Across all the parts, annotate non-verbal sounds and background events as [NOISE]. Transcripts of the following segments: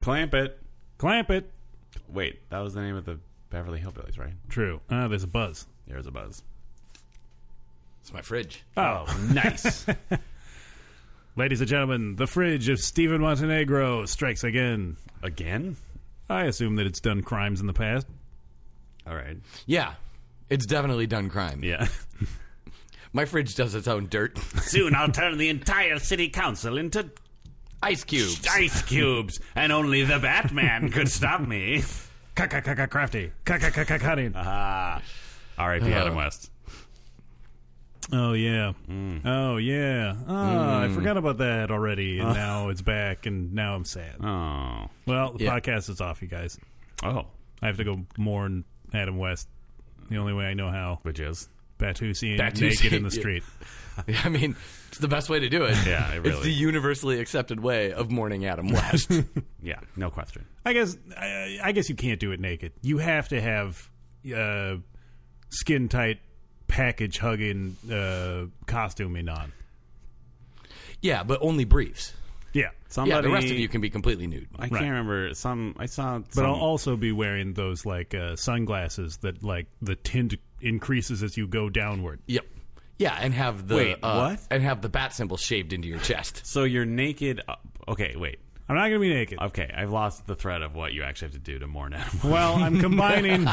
Clamp it. Clamp it. Wait, that was the name of the Beverly Hillbillies, right? True. Uh, there's a buzz. There's a buzz. It's my fridge. Oh, Nice. ladies and gentlemen, the fridge of Stephen Montenegro strikes again. [LAUGHS] Again? I assume that it's done crimes in the past. All right. Yeah, it's definitely done crime. Yeah. My fridge does its own dirt. [LAUGHS] [LAUGHS] Soon I'll turn the entire city council into Ice cubes. ice cubes, and only the Batman could stop [LAUGHS] me. Crafty. Cutting. R.I.P. Adam West. Oh yeah. Oh yeah. Oh, I forgot about that already, and now it's back, and now I'm sad. Oh. Well, the Yeah. podcast is off, you guys. Oh. I have to go mourn Adam West. The only way I know how. Which is? Batusi Batusian, naked in the yeah. street. [LAUGHS] I mean, it's the best way to do it. Yeah, it It's really- the universally accepted way of mourning [LAUGHS] Adam West. Yeah, no question. I guess I, I guess you can't do it naked. You have to have uh, skin tight package hugging uh, costuming on. yeah, but only briefs. Yeah. Somebody, Yeah, the rest of you can be completely nude. I can't remember. Some I saw. But some- I'll also be wearing those like uh, sunglasses that like the tint increases as you go downward. Yep. Yeah, and have the Wait, uh, what? And have the bat symbol shaved into your chest. so you're naked. Up. Okay, wait. I'm not gonna be naked. Okay, I've lost the thread of what you actually have to do to mourn Adam. Well, I'm [LAUGHS] combining.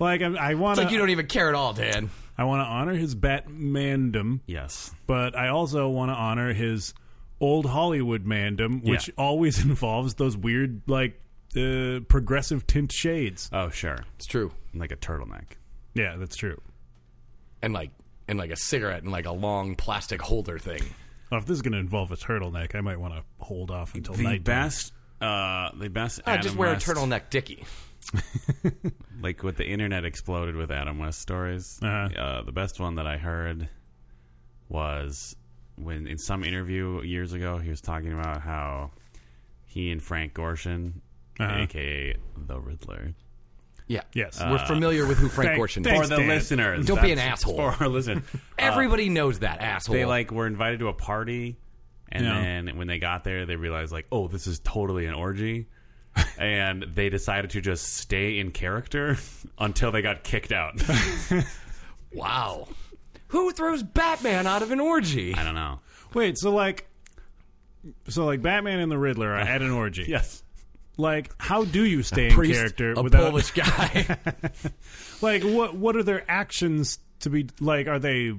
like I'm, I want It's to. like you don't even care at all, Dan. I want to honor his Batmandom, yes. but I also want to honor his old Hollywood mandom, which Yeah. always [LAUGHS] involves those weird like uh, progressive tint shades. Oh, sure. It's true. Like a turtleneck. Yeah, that's true. And like and like a cigarette and like a long plastic holder thing. Oh, if this is going to involve a turtleneck, I might want to hold off until The night. best. Uh, the best. I Adam Oh, just wear West- a turtleneck dickie. Like what the internet exploded with Adam West stories. Uh-huh. Uh, the best one that I heard was when in some interview years ago he was talking about how he and Frank Gorshin, Uh-huh. aka the Riddler, Yeah. Yes. We're familiar with who Frank thank- Gorshin thank- is. Uh, for the Dan. listeners. Don't be an that's- asshole. For our [LAUGHS] listeners. Everybody knows that asshole. Uh, they like were invited to a party and Yeah. then when they got there they realized like, oh, this is totally an orgy. [LAUGHS] and they decided to just stay in character [LAUGHS] until they got kicked [LAUGHS] out. wow. Who throws Batman out of an orgy? I don't know. Wait, so like, so like Batman and the Riddler are at an orgy. Yes. Like, how do you stay in Priest, character a [LAUGHS] without Polish guy. [LAUGHS] like what? What are their actions to be like? Are they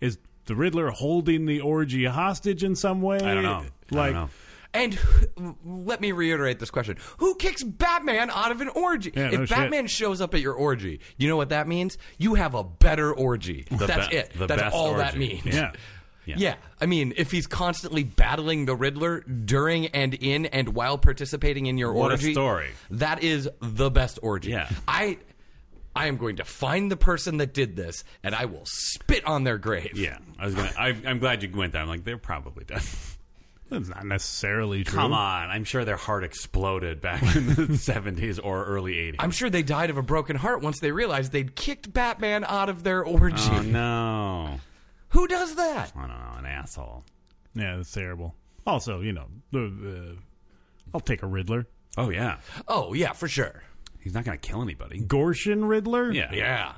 is the Riddler holding the orgy hostage in some way? I don't know. Like, I don't know. And let me reiterate this question: Who kicks Batman out of an orgy? Yeah, if no shit. Batman shows up at your orgy, you know what that means? You have a better orgy. That's be- it. the That's best all that orgy. means. yeah. Yeah. Yeah, I mean, if he's constantly battling the Riddler during and in and while participating in your What a orgy, story. That is the best orgy. Yeah. I, I am going to find the person that did this, and I will spit on their grave. Yeah. I was gonna I I'm glad you went there. I'm like, they're probably done. That's not necessarily true. Come on. I'm sure their heart exploded back in [LAUGHS] the seventies or early eighties. I'm sure they died of a broken heart once they realized they'd kicked Batman out of their orgy. Oh no. [LAUGHS] Who does that? I don't know, an asshole. Yeah, that's terrible. Also, you know, uh, uh, I'll take a Riddler. Oh yeah. Oh yeah, for sure. He's not gonna kill anybody. Gorshin Riddler. Yeah. Yeah.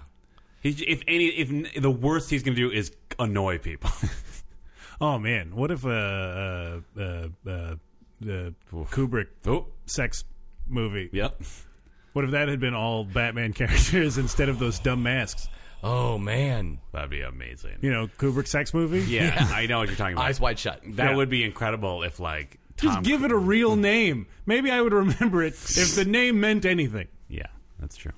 He, if any, if n- the worst he's going to do is annoy people. Oh man, what if uh, uh, uh, uh, the Kubrick [LAUGHS] oh, sex movie? yep. What if that had been all Batman [LAUGHS] characters instead of those dumb masks? Oh man, [LAUGHS] That'd be amazing. You know, Kubrick sex [LAUGHS] movie. yeah, I know what you're talking about. eyes wide shut. that Yeah. would be incredible if like Just Tom. give it a real name. Maybe I would remember it if the name meant anything. yeah, that's true.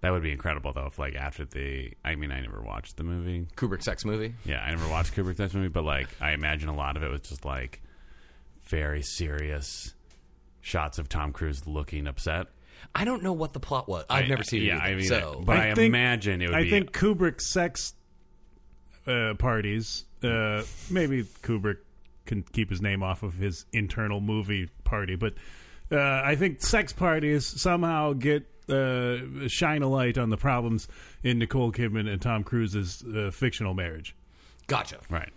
That would be incredible though. If like after the, I mean, I never watched the movie. Kubrick sex movie. Yeah, I never watched Kubrick's next movie, but like I imagine a lot of it was just like very serious shots of Tom Cruise looking upset. I don't know what the plot was. I've I- never seen it. yeah, either, I mean, so but I I, think- imagine it would I be. think Kubrick sex uh, parties. Uh, maybe Kubrick can keep his name off of his internal movie party, but uh, I think sex parties somehow get uh, shine a light on the problems in Nicole Kidman and Tom Cruise's uh, fictional marriage. gotcha. right.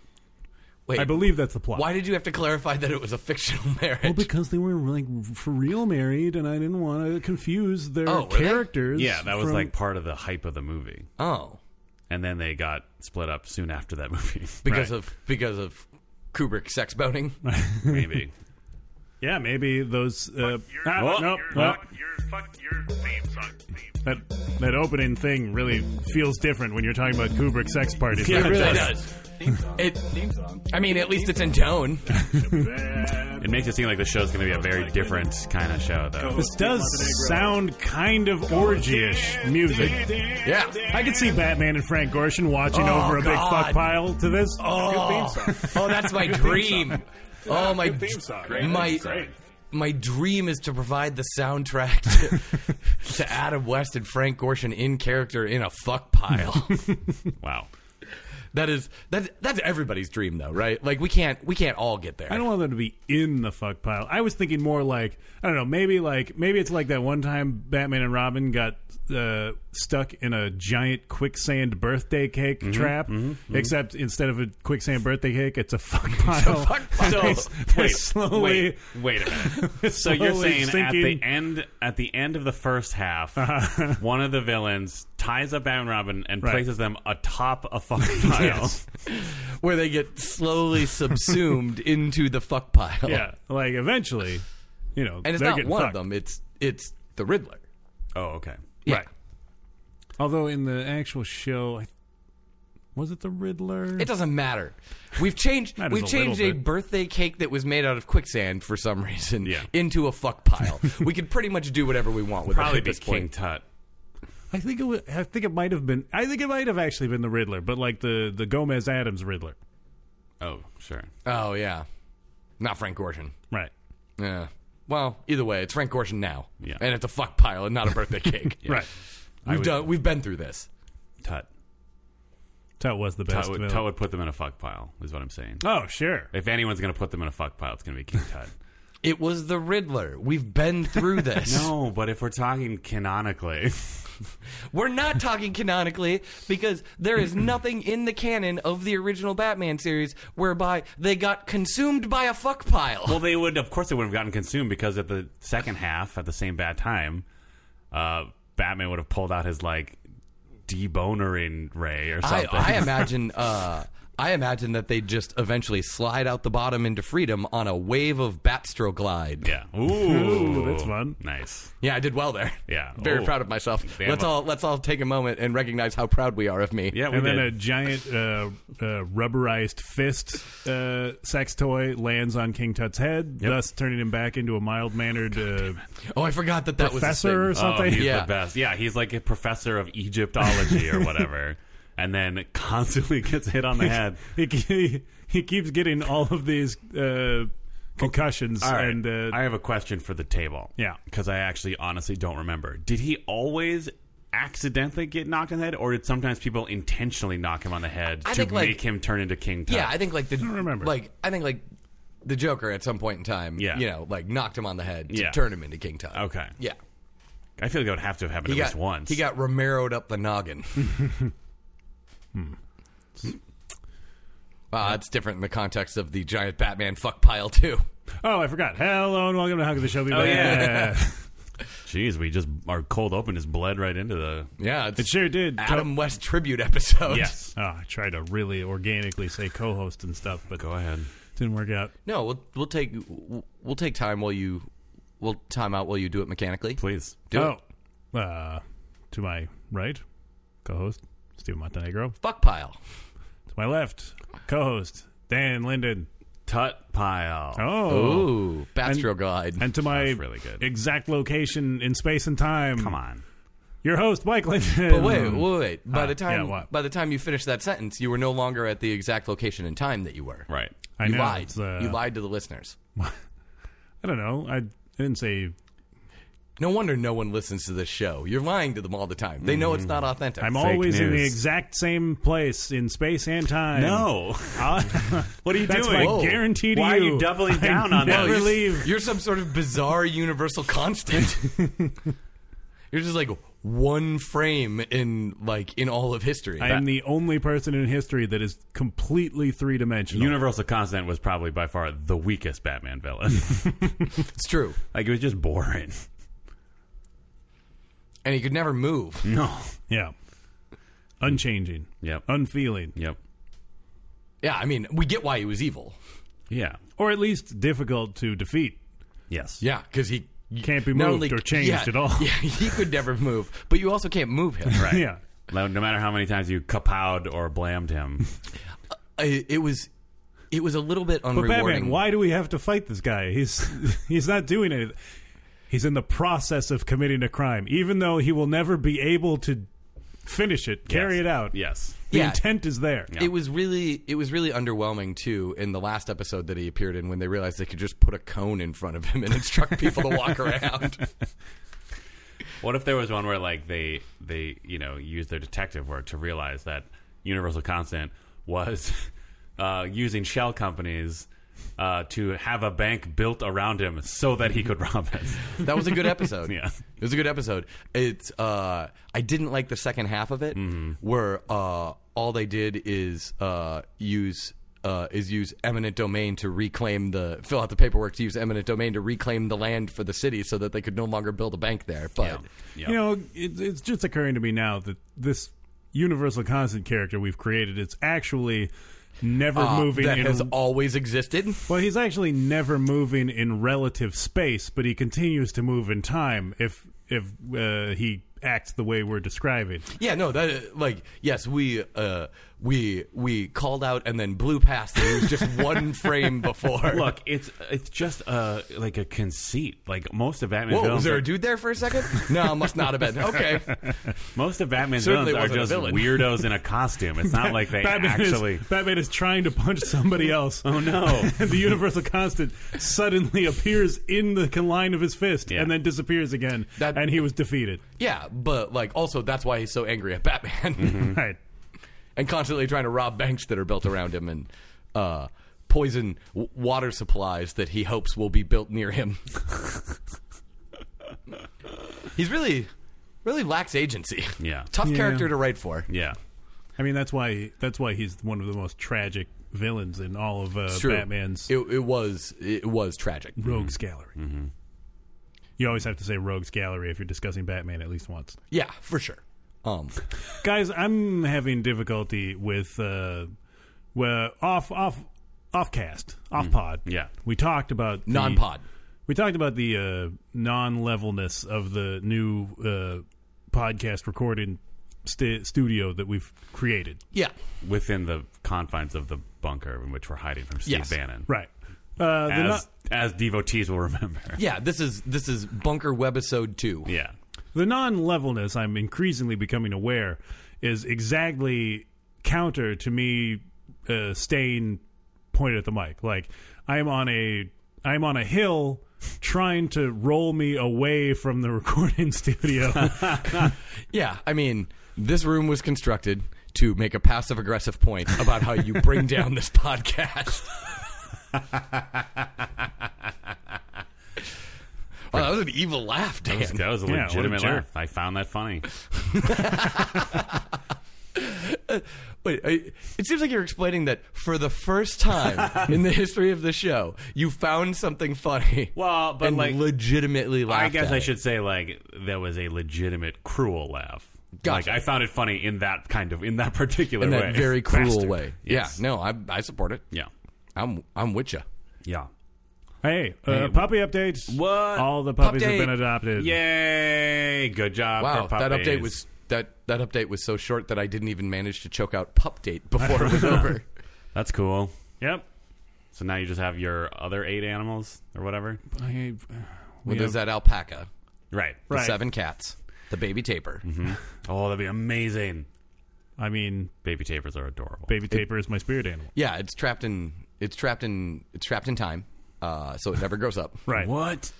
Wait, I believe that's the plot. Why did you have to clarify that it was a fictional [LAUGHS] marriage? Well, because they were like for real married, and I didn't want to confuse their Oh, were they? characters. Yeah, that was from- like part of the hype of the movie. oh, And then they got split up soon after that movie. [LAUGHS] because Right. of because of Kubrick sex boating. Maybe. [LAUGHS] yeah, maybe those. Uh, Your, ah, Oh, no, your, well, fuck, your, fuck, your theme song. Theme. that that opening thing really feels different when you're talking about Kubrick sex parties. Yeah, it really That's- does. Uh-huh. It, I mean, at least it's in tone. It makes it seem like the show's going to be a very different kind of show, though. [LAUGHS] This does sound kind of orgy-ish music. Yeah. I could see Batman and Frank Gorshin watching Oh, over a big God. fuck pile to this. Oh, oh, that's my dream. Oh my, theme song. Great my, theme song. my dream is to provide the soundtrack to, [LAUGHS] to Adam West and Frank Gorshin in character in a fuck pile. Wow. that is that's that's everybody's dream though, right? Like we can't we can't all get I there. don't want them to be in the fuck pile. I was thinking more like I don't know, maybe like maybe it's like that one time Batman and Robin got uh, stuck in a giant quicksand birthday cake Mm-hmm, trap. Except instead of a quicksand birthday cake, it's a [LAUGHS] fuck pile. fuck [LAUGHS] [LAUGHS] So pile. So, they're wait, slowly, wait, wait a minute. So you're slowly saying sinking. at the end, at the end of the first half, [LAUGHS] one of the villains ties up Batman and Robin and Right. places them atop a [LAUGHS] fucking pile. Where they get slowly subsumed into the fuck pile. yeah, like eventually, you know, And it's they're not getting one of fucked. them, it's it's the Riddler. Oh, okay. Yeah. Right. Although in the actual show, I- was it the Riddler? It doesn't matter. We've [LAUGHS] changed. Matters we've a changed little a bit. birthday cake that was made out of quicksand for some [LAUGHS] reason Yeah. into a fuck [LAUGHS] pile. we could pretty much do whatever we want with it Probably at be this King point. Tut. I think it was, I think it might have been. I think it might have actually been the Riddler, but like the the Gomez Adams Riddler. Oh, sure. Oh yeah, not Frank Gorshin. Right. Yeah. Well, either way, it's Frank Gorshin now, Yeah. and it's a fuck pile and not [LAUGHS] a birthday cake. Right. We've done. We've been through this. Tut. That was the Tut best. would, villain. Tut would put them in a fuck pile. Is what I'm saying. oh sure. If anyone's going to put them in a fuck pile, it's going to be King Tut. It was the Riddler. We've [LAUGHS] been through this. [LAUGHS] no, but if we're talking canonically, We're not talking canonically because there [CLEARS THROAT] is nothing in the canon of the original Batman series whereby they got consumed by a fuck pile. well, they would. Of course, they would have gotten consumed because at the second half, at the same bad time, uh, Batman would have pulled out his like debonering ray or I, something. I imagine. Uh, I imagine that they just eventually slide out the bottom into freedom on a wave of batstroke [LAUGHS] glide. yeah. Ooh, Ooh, that's fun. Nice. Yeah, I did well there. Yeah. Very Ooh. proud of myself. Damn let's it. all let's all take a moment and recognize how proud we are of me. Yeah, we And then did. a giant uh, uh, rubberized fist uh, sex toy lands on King Tut's head, thus turning him back into a mild mannered uh, Oh, I forgot that that professor or was a thing. Oh, something. he's Yeah. the best. Yeah, he's like a professor of Egyptology or whatever, and then constantly gets hit on the head. [LAUGHS] he, he, he keeps getting all of these uh, concussions All right, and uh, I have a question for the table. Yeah. because I actually honestly don't remember. Did he always accidentally get knocked on the head, or did sometimes people intentionally knock him on the head I to think, like- make him turn into King Tut? Yeah, I think like the remember. like I think like the Joker at some point in time. Yeah. you know, like knocked him on the head to Yeah. turn him into King Tut. okay. Yeah, I feel like it would have to have happened he at got least once. he got Romeroed up [LAUGHS] the noggin. Hmm. Wow, that's different in the context of the giant Batman fuck pile too. oh, I forgot. Hello and welcome to How Could the Show Be Oh, Bad? yeah. [LAUGHS] Jeez, we just our cold open just bled right into [LAUGHS] the. Yeah, it's it sure did. Adam West tribute episode. Yes. Oh, I tried to really organically say co-host and stuff, but Go ahead. didn't work out. [LAUGHS] No, we'll we'll take we'll take time while you we'll time out while you do it mechanically. Please. Do it. oh, uh, to my right, co-host Steve Montenegro. Fuck pile. To my left, co-host Dan Linden. Tut pile. Oh, Ooh, Bastro Glide. and to my That's really good. exact location in space and time. Come on. your host Mike Linden. But wait, wait, wait. By Ah, the time yeah, what? by the time you finish that sentence, you were no longer at the exact location and time that you were. Right. I you know, lied. it's, uh, you lied to the listeners. I don't know. I didn't say. No wonder no one listens to this show. You're lying to them all the time. They know it's not authentic. Mm-hmm. I'm always in the news. exact same place in space and time. No. [LAUGHS] [LAUGHS] Uh, What are you that's doing? my guarantee to Why you. are you doubling [LAUGHS] I down on never that? leave. [LAUGHS] You're some sort of bizarre universal constant. You're just like, one frame in like in all of history. I am the only person in history that is completely three dimensional. Universal Constant was probably by far the weakest Batman [LAUGHS] villain. it's true, like it was just boring. and he could never move. No. yeah. Unchanging. Yep. Unfeeling. Yep. Yeah, I mean, we get why he was evil. Yeah. Or at least difficult to defeat. Yes. Yeah, because he Can't be not moved only- or changed yeah, at all. [LAUGHS] Yeah, he could never move, but you also can't [LAUGHS] move him. Right. Yeah. No no matter how many times you kapowed or blamed him. I, it was, it was a little bit But unrewarding. Batman, why do we have to fight this guy? He's [LAUGHS] he's not doing anything. He's in the process of committing a crime, even though he will never be able to finish it, carry Yes. it out. [LAUGHS] Yes. The Yeah. intent is there. Yeah. It was really it was really underwhelming too in the last episode that he appeared in when they realized they could just put a cone in front of him and instruct people to [LAUGHS] walk around. What if there was one where like they they you know used their detective work to realize that Universal Constant was [LAUGHS] uh, using shell companies uh, to have a bank built around him so that he could rob us. That was a good episode. Yeah. It was a good episode. It's uh I didn't like the second half of it Mm-hmm. where uh all they did is uh use uh, is use eminent domain to reclaim the fill out the paperwork to use eminent domain to reclaim the land for the city so that they could no longer build a bank there. But [LAUGHS] Yeah. You know, it, it's just occurring to me now that this universal constant character we've created, it's actually never uh, moving that in has always existed. Well, he's actually never moving in relative space, but he continues to move in time if if uh, he acts the way we're describing. Yeah, no, that like yes, we uh we we called out and then blew past it. It was just one frame before. Look, it's it's just a like a conceit. Like most of Batman Whoa, was villains, there are- a dude there for a second? No, must not have been. Okay. most of Batman Certainly villains are wasn't a just villain. [LAUGHS] weirdos in a costume. It's not like they Batman actually. is, Batman is trying to punch somebody else. Oh no! and [LAUGHS] the universal constant suddenly appears in the line of his fist Yeah. and then disappears again That- and he was defeated Yeah, but like also that's why he's so angry at Batman Hmm. right [LAUGHS] and constantly trying to rob banks that are built around him and uh poison w- water supplies that he hopes will be built near him. he's really really lacks agency. Yeah. Tough Yeah. character to write for. Yeah. i mean that's why that's why he's one of the most tragic villains in all of uh, It's true. batman's It, it was it was tragic. rogues gallery Mm-hmm. you always have to say rogues gallery if you're discussing batman at least once Yeah, for sure. Um, guys i'm having difficulty with uh well off off off cast off pod Mm, Yeah. we talked about the- non-pod. We talked about the uh, non-levelness of the new uh, podcast recording st- studio that we've created. Yeah, Within the confines of the bunker in which we're hiding from Steve Yes. Bannon, Right. Uh, the As, as devotees will remember. [LAUGHS] yeah. This is this is bunker webisode two. Yeah. The non levelness I'm increasingly becoming aware is exactly counter to me uh, staying pointed at the mic. Like I'm on a I'm on a hill trying to roll me away from the [LAUGHS] recording [LAUGHS] studio. uh, Yeah, I mean, this room was constructed to make a passive aggressive point about how [LAUGHS] you bring down this podcast. [LAUGHS] wow, that was an evil laugh, Dan. That was a Yeah, what a legitimate jerk. laugh. I found that funny. Wait, I, uh, it seems like you're explaining that for the first time in the history of the show, you found something funny. Well, but and like- legitimately laughed. I guess at I it. should say like that was a legitimate cruel laugh. Gotcha. Like I found it funny in that kind of in that particular in way. that very cruel Bastard. way. Yes. Yeah, no, I I support it. Yeah. I'm I'm with you. Yeah. hey, uh, puppy updates. What? All the puppies Update. have been adopted. Yay! Good job. Wow, for that update puppies. was that that update was so short that I didn't even manage to choke out pup date before [LAUGHS] it was over. That's cool. Yep. So now you just have your other eight animals or whatever. I, uh, Well, Yeah. there's that alpaca, Right. the Right. seven cats, the baby taper. Oh, that'd be amazing. I mean, Baby tapers are adorable. baby taper is my spirit animal. Yeah, it's trapped in it's trapped in it's trapped in time, uh, so it never [LAUGHS] grows up, Right. What?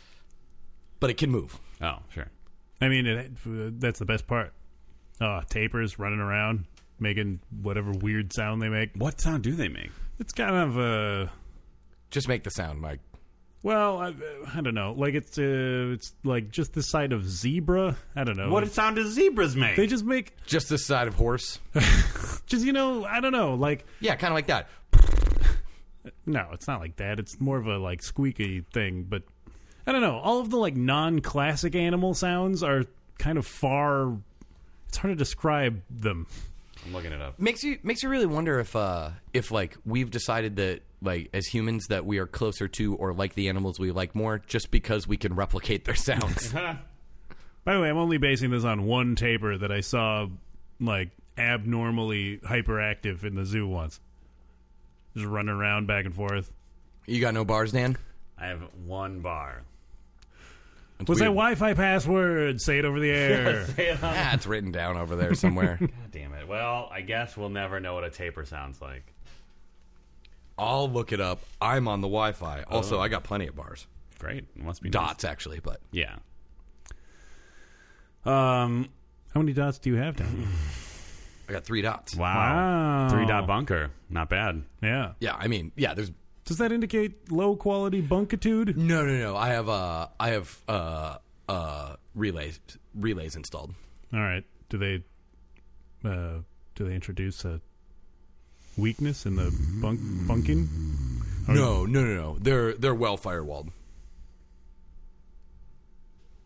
but it can move. Oh, sure. I mean, it, that's the best part. Uh, tapers running around, making whatever weird sound they make. What sound do they make? It's kind of a. Just make the sound, Mike. Well, I, I don't know. Like it's uh, it's like just the side of zebra. I don't know. What sound do zebras make? they just make Just this side [LAUGHS] of horse. just you know I don't know. Like Yeah, kind of like that. no, it's not like that. It's more of a like squeaky thing. But I don't know. All of the like non-classic animal sounds are kind of far. It's hard to describe them. I'm looking it up. Makes you makes you really wonder if uh if like we've decided that like as humans that we are closer to or like the animals we like more just because we can replicate their [LAUGHS] sounds. By the way, I'm only basing this on one taper that I saw like abnormally hyperactive in the zoo once. Just running around back and forth. you got no bars, Dan? I have one bar. That's What's that Wi weird. Fi password? Say it over [LAUGHS] the air. Ah, it's written down over there [LAUGHS] somewhere. God damn it. Well, I guess we'll never know what a taper sounds like. I'll look it up. I'm on the Wi-Fi. Also, I got plenty of bars. Great. It must be nice. Dots actually, but Yeah. Um. How many dots do you have down? I got 3 dots. Wow. Uh. Wow. Three dot bunker. Not bad. Yeah. Yeah, I mean, yeah, there's Does that indicate low quality bunkitude? No, no, no. I have uh I have uh uh relays relays installed. All right. Do they uh, do they introduce a weakness in the bunk bunking? No, no, no, no. They're they're well firewalled.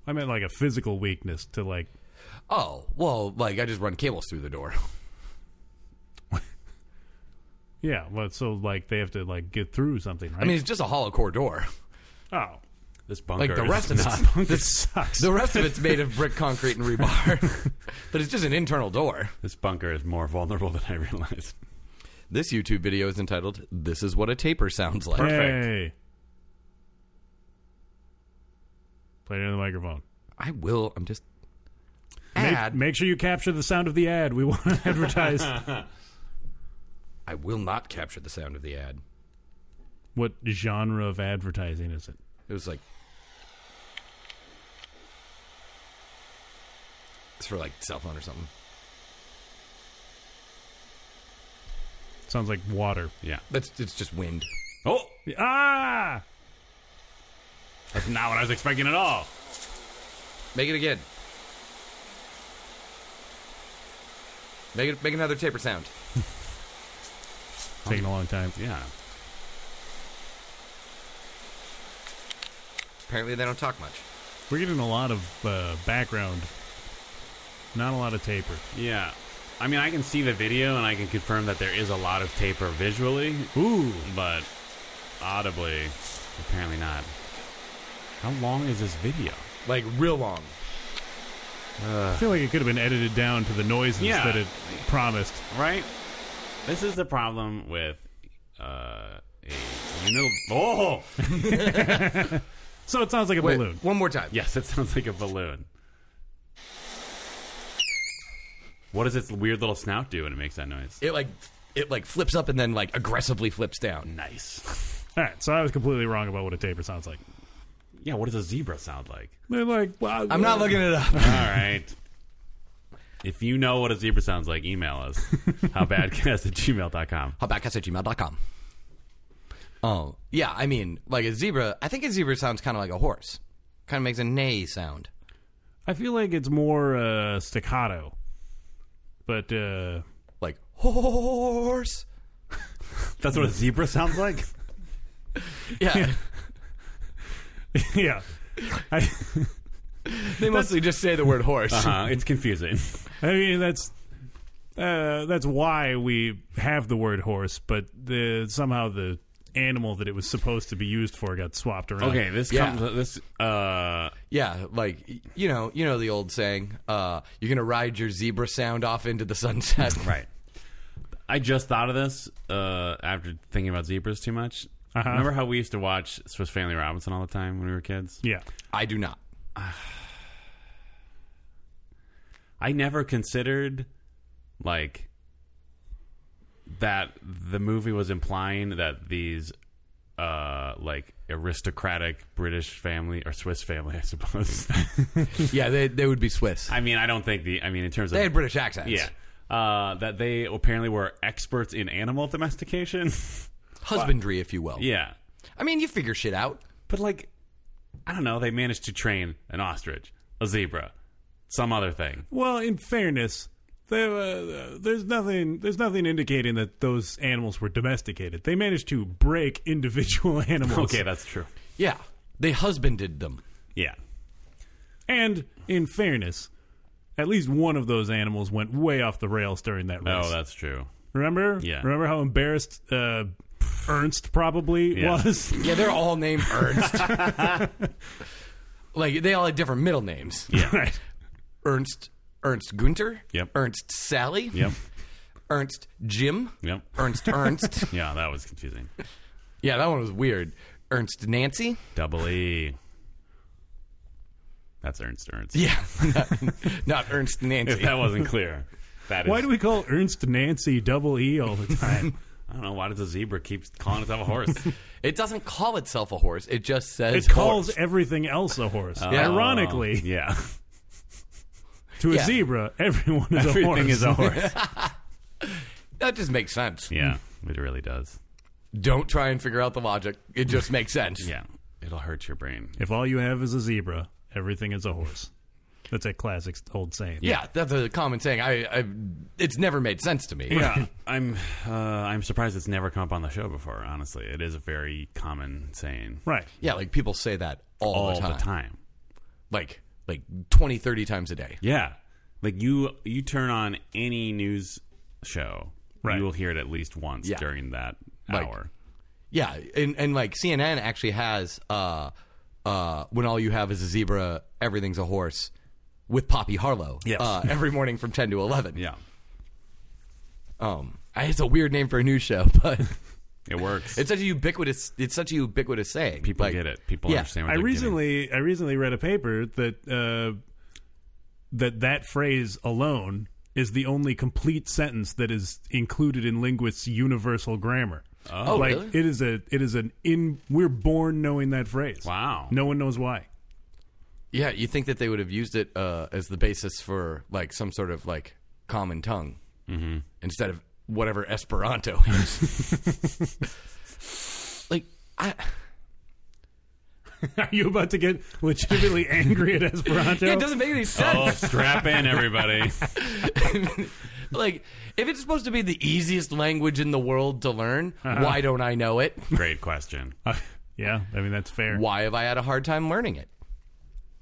I meant like a physical weakness to like Oh, well, like I just run cables through the door. Yeah, well, so like they have to like get through something, right? I mean, it's just a hollow core door. [LAUGHS] oh, This bunker. Like the is rest of not- [LAUGHS] it's this sucks. the rest of it's made of brick, concrete, and rebar. [LAUGHS] but it's just an internal door. This bunker is more vulnerable than I realized. This YouTube video is entitled "This is what a taper sounds like." perfect. Hey. Play it in the microphone. I will. I'm just Make, ad. make sure you capture the sound of the ad. We [LAUGHS] want to advertise. I will not capture the sound of the ad. what genre of advertising is it? It was like it's for like cell phone or something. Sounds like water. Yeah. That's it's just wind. Oh, Ah, that's not what I was expecting at all. Make it again. Make it make another taper sound. taking a long time. Yeah. Apparently they don't talk much. We're getting a lot of uh, background, not a lot of taper. Yeah. I mean, I can see the video and I can confirm that there is a lot of taper visually, Ooh, but audibly, apparently not. How long is this video? Like real long. I feel like it could have been edited down to the noises Uh. Yeah. that it promised. Right? This is the problem with uh, a uni- Oh! [LAUGHS] So it sounds like a Wait, balloon. one more time. Yes, it sounds like a balloon. What does its weird little snout do when it makes that noise? It like it like flips up and then like aggressively flips down. Nice. [LAUGHS] All right, so I was completely wrong about what a taper sounds like. Yeah, what does a zebra sound like? They're like, wow, I'm not looking it up. [LAUGHS] All right. If you know what a zebra sounds like, email us. Howbadcast at gmail.com. Hubbackcast at gmail.com. Oh, yeah, I mean, like a zebra, I think a zebra sounds kind of like a horse. Kind of makes a neigh sound. I feel like it's more uh, staccato, but uh, [LAUGHS] Like horse. That's what a zebra sounds like? [LAUGHS] Yeah. yeah, I, they mostly just say the word horse. [LAUGHS] Uh, it's confusing. I mean that's uh, that's why we have the word horse, but the, somehow the animal that it was supposed to be used for got swapped around. Okay, this Yeah. comes. This. Uh, Yeah, like y- you know, you know the old saying, uh, you're gonna ride your zebra sound off into the [LAUGHS] sunset. right. I just thought of this uh, after thinking about zebras too much. Uh-huh. Remember how we used to watch Swiss Family Robinson all the time when we were kids? yeah, I do not. I never considered like that the movie was implying that these uh like aristocratic British family or Swiss family, [LAUGHS] I suppose. Yeah, they they would be Swiss. I mean, I don't think the I mean in terms of They had British accents. yeah. Uh, that they apparently were experts in animal domestication. [LAUGHS] husbandry, if you will. yeah. I mean, you figure shit out. But like, I don't know. They managed to train an ostrich, a zebra, some other thing. Well, in fairness, there, uh, there's nothing there's nothing indicating that those animals were domesticated. They managed to break individual [LAUGHS] animals. [LAUGHS] Okay, that's true. Yeah, they husbanded them. Yeah. And in fairness, at least one of those animals went way off the rails during that race. Oh, that's true. remember? Yeah. Remember how embarrassed uh, Ernst probably Yeah. [LAUGHS] was? Yeah, they're all named Ernst. [LAUGHS] like they all had different middle names. [LAUGHS] Yeah. right. Ernst Ernst Gunter. Yep. Ernst Sally. Yep. [LAUGHS] Ernst Jim. Yep. [LAUGHS] Ernst Ernst. Yeah, that was confusing. yeah, that one was weird. Ernst Nancy. Double E. That's Ernst Ernst. Yeah, [LAUGHS] not, not [LAUGHS] Ernst If Nancy. that wasn't clear, that is. Why do we call Ernst Nancy double E all the [LAUGHS] time? I don't know. Why does a zebra keep calling itself a horse? it doesn't call itself a horse. It just says it calls horse. everything else a horse. Oh. Yeah. Ironically, yeah. to a Yeah. zebra, everyone is a horse. Everything is a horse. That just makes sense. yeah, it really does. Don't try and figure out the logic. It just makes sense. Yeah. It'll hurt your brain. [LAUGHS] If all you have is a zebra, everything is a horse. That's a classic old saying. Yeah, that's a common saying. I, I it's never made sense to me. Yeah, [LAUGHS] I'm. Uh, I'm surprised it's never come up on the show before. Honestly, it is a very common saying Right. Yeah, like people say that all, all the, time. the time. Like like 20, 30 times a day. Yeah, like you. You turn on any news show, Right. you will hear it at least once Yeah. during that Like- hour. Yeah, and and like CNN actually has uh uh when all you have is a zebra, everything's a horse with Poppy Harlow. Yes. [LAUGHS] Uh, every morning from 10 to 11. Yeah, Um I- it's a weird name for a news show, [LAUGHS] but it works. it's such a ubiquitous it's such a ubiquitous saying. People Like, get it. People yeah. understand. What I they're recently I recently read a paper that uh, that that phrase alone is the only complete sentence that is included in linguists' universal grammar. Oh, like really? it is a it is an in we're born knowing that phrase. Wow. No one knows why. [LAUGHS] Yeah, you think that they would have used it uh, as the basis for like some sort of like common tongue Mm-hmm. instead of whatever Esperanto [LAUGHS] is. like I, Are you about to get [LAUGHS] legitimately angry at Esperanto? yeah, it doesn't make [LAUGHS] any Oh, sense. strap in, [LAUGHS] everybody. Oh. like if it's supposed to be the easiest language in the world to learn, Uh-huh. why don't I know it? Great question. Uh, yeah, I mean that's fair. Why have I had a hard time learning it?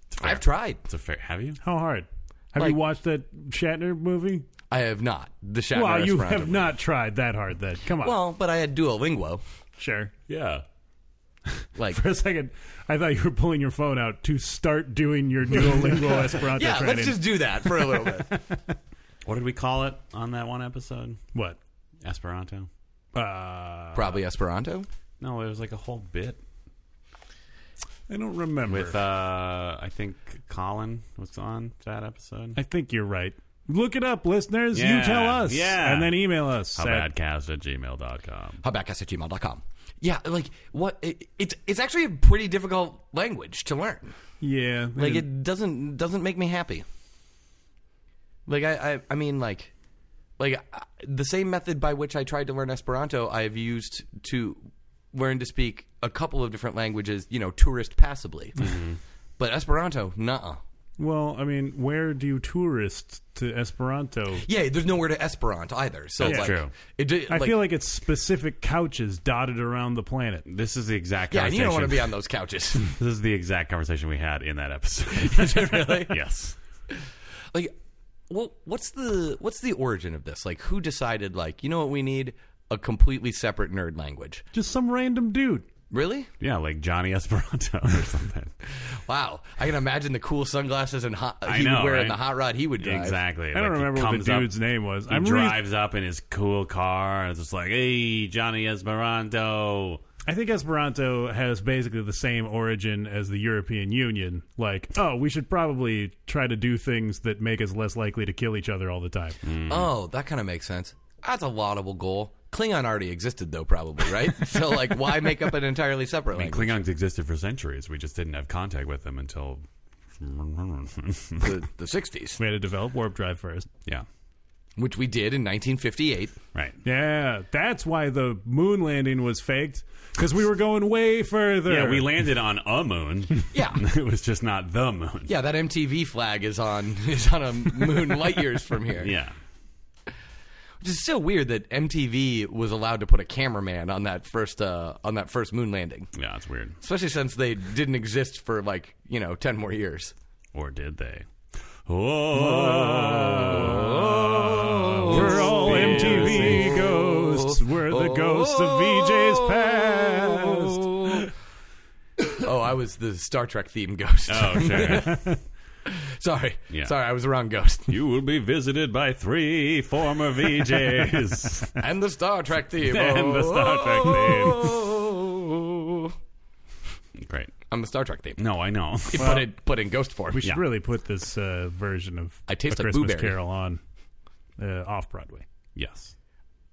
It's fair. I've tried. It's a fair. Have you? How hard? Have Like- you watched that Shatner movie? I have not. The Shatner Well, you Esperanto. have not tried that hard then. Come on. Well, but I had Duolingo. sure. Yeah. Like For a second, I thought you were pulling your phone out to start doing your [LAUGHS] Duolingo Esperanto yeah, training. let's just do that for a little bit. [LAUGHS] What did we call it on that one episode? what? Esperanto. Uh, I Probably Esperanto. No, it was like a whole bit don't remember. with. uh I think Colin was on that episode. I think you're right. Look it up, listeners. Yeah, you tell us. yeah. And then email us. at- Howbadcast at gmail.com. Hubbackcast at gmail.com. Yeah, like what it, it's it's actually a pretty difficult language to learn. yeah. Like it doesn't doesn't make me happy. Like I I, I mean like like I, the same method by which I tried to learn Esperanto I've used to learn to speak a couple of different languages, you know, tourist passably. But Esperanto, nuh well, I mean, where do you tourists to Esperanto? Yeah, there's nowhere to Esperanto either. So That's like, true. It, d- I feel like it's specific couches dotted around the planet. This is the exact yeah, and you conversation. don't want to be on those couches. this is the exact conversation we had in that episode. [LAUGHS] really? yes. like what what's the what's the origin of this like who decided like you know what we need a completely separate nerd language Just some random dude. really Yeah, like Johnny Esperanto or [LAUGHS] something. wow i can imagine the cool sunglasses and hot I he know, would wear right? and the hot rod he would drive Exactly. I don't remember what the dude's name was. He I'm really- drives up in his cool car and it's just like, hey, Johnny Esperanto. I think Esperanto has basically the same origin as the European Union. Like, oh, we should probably try to do things that make us less likely to kill each other all the time. Mm-hmm. oh that kind of makes sense that's a laudable goal klingon already existed though probably right [LAUGHS] so like why make up an entirely [LAUGHS] separate language Klingons existed for centuries. We just didn't have contact with them until. [LAUGHS] the, the 60s We had to develop warp drive first. yeah. which we did in 1958. Right. Yeah, that's why the moon landing was faked because we were going way further. Yeah, we landed on a moon. [LAUGHS] Yeah. [LAUGHS] it was just not the moon. Yeah, that MTV flag is on [LAUGHS] is on a moon light years from here. Yeah. Which is still weird that MTV was allowed to put a cameraman on that first uh, on that first moon landing, Yeah, it's weird. especially since they didn't exist for like you know ten more years. Or did they? Oh. We're all MTV ghosts. We're the ghosts of VJ's past. Oh, I was the Star Trek theme ghost. Oh, sure. [LAUGHS] Sorry, Yeah. sorry, I was the wrong ghost. [LAUGHS] you will be visited by three former [LAUGHS] VJs. and the Star [LAUGHS] Trek theme. And the Star Trek theme. Great. I'm the Star Trek theme. No, I know. [LAUGHS] but it put in ghost form. We should Yeah. really put this uh, version of I taste a a Christmas blueberry. Carol on uh, off Broadway. yes.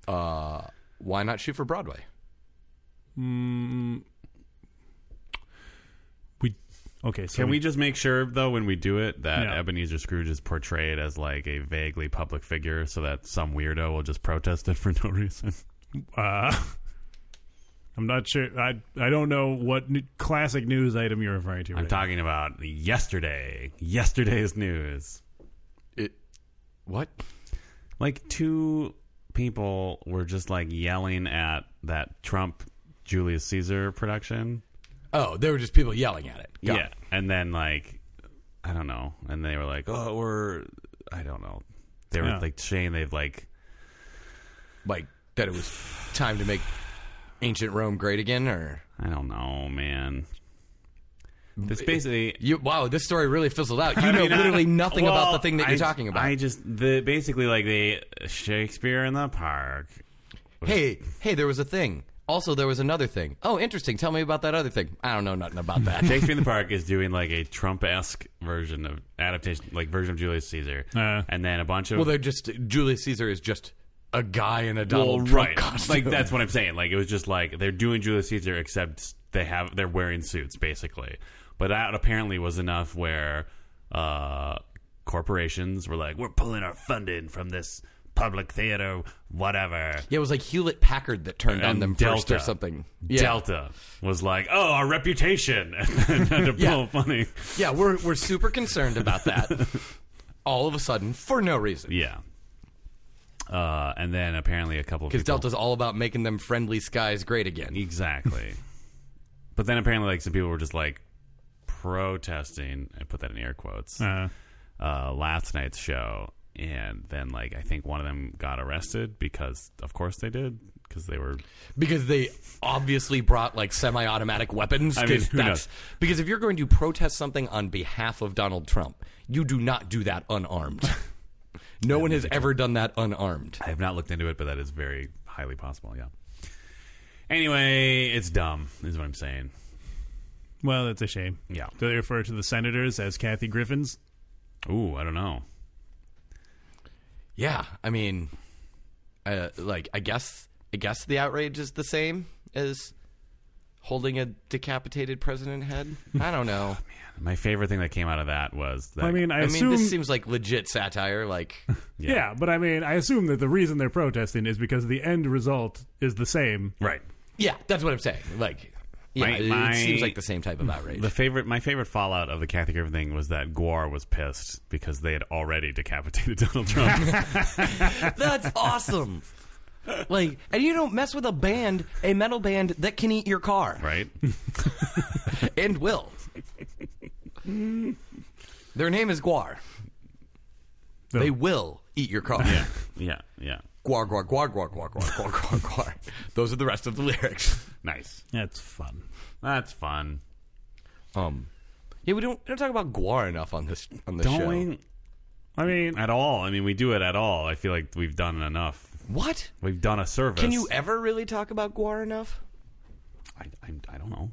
uh, why not shoot for Broadway? Mm, We okay? So Can we just make sure, though, when we do it, that Yeah. Ebenezer Scrooge is portrayed as like a vaguely public figure so that some weirdo will just protest it for no reason? Uh, [LAUGHS] I'm not sure. I I don't know what n- classic news item you're referring to. I'm right talking about yesterday. Yesterday's news. It, what? Like, two people were just like yelling at that Trump Julius Caesar production. Oh, there were just people yelling at it. Got yeah. it. And then, like, I don't know. And they were like, oh, we're, I don't know. They were Yeah. like saying they've like, like that it was time to make ancient Rome great again, or I don't know, man. It's basically you? Wow, this story really fizzled out. You know literally nothing about Well, the thing that you're I- talking about. I just the basically like the Shakespeare in the Park. hey, hey, there was a thing. Also, there was another thing. Oh, interesting. Tell me about that other thing. I don't know nothing about [LAUGHS] that. Shakespeare in the Park is doing like a Trump esque version of adaptation, like version of Julius Caesar, Uh. and then a bunch of Well, they're just Julius Caesar is just a guy in a well, Donald Trump right, costume. like that's what I'm saying. Like it was just like they're doing Julius Caesar, except they have they're wearing suits basically. But that apparently was enough where uh, corporations were like, we're pulling our funding from this public theater, whatever. Yeah, it was like Hewlett Packard that turned on And them first or Delta. something. Yeah, Delta was like, "Oh, our reputation," [LAUGHS] and then had to Yeah. pull funny. yeah, we're we're super concerned about that. [LAUGHS] All of a sudden, for no reason, Yeah. Uh, and then apparently a couple of because people Delta's all about making them friendly skies great again. exactly. [LAUGHS] but then apparently, like some people were just like protesting. I put that in air quotes. now. Uh, uh, last night's show, and then like I think one of them got arrested because, of course, they did because they were Because they obviously brought like semi-automatic weapons. I mean, 'cause who that's- knows? Because if you're going to protest something on behalf of Donald Trump, you do not do that [LAUGHS] unarmed. no one has ever done that unarmed. I have not looked into it, but that is very highly possible. Yeah. Anyway, it's dumb, is what I'm saying. well, that's a shame. Yeah. Do they refer to the senators as Kathy Griffins? Ooh, I don't know. Yeah, I mean, uh, like I guess I guess the outrage is the same as holding a decapitated president head. I [LAUGHS] don't know. My favorite thing that came out of that was that I mean, I, I mean, assume. this seems like legit satire. Like, yeah. but I mean, I assume that the reason they're protesting is because the end result is the same. right. yeah, that's what I'm saying. Like, yeah, My- it- my- it seems like the same type of outrage. The [LAUGHS] favorite, my favorite fallout of the Kathy Griffin thing was that Guar was pissed because they had already decapitated [LAUGHS] Donald Trump. that's awesome. Like, and you don't mess with a band, a metal band that can eat your car right? and will. Their name is Guar. They will eat your car. Yeah, yeah, yeah. [LAUGHS] Guar, guar, guar, guar, guar, guar, guar, guar, guar. Those are the rest of the lyrics. Nice. That's fun. That's fun. Um, yeah, we don't we don't talk about guar enough on this on this Don't show. we I mean, at all? I mean, we do it at all. I feel like we've done enough. What? We've done a service. Can you e- ever really talk about guar enough? I, I, I don't know.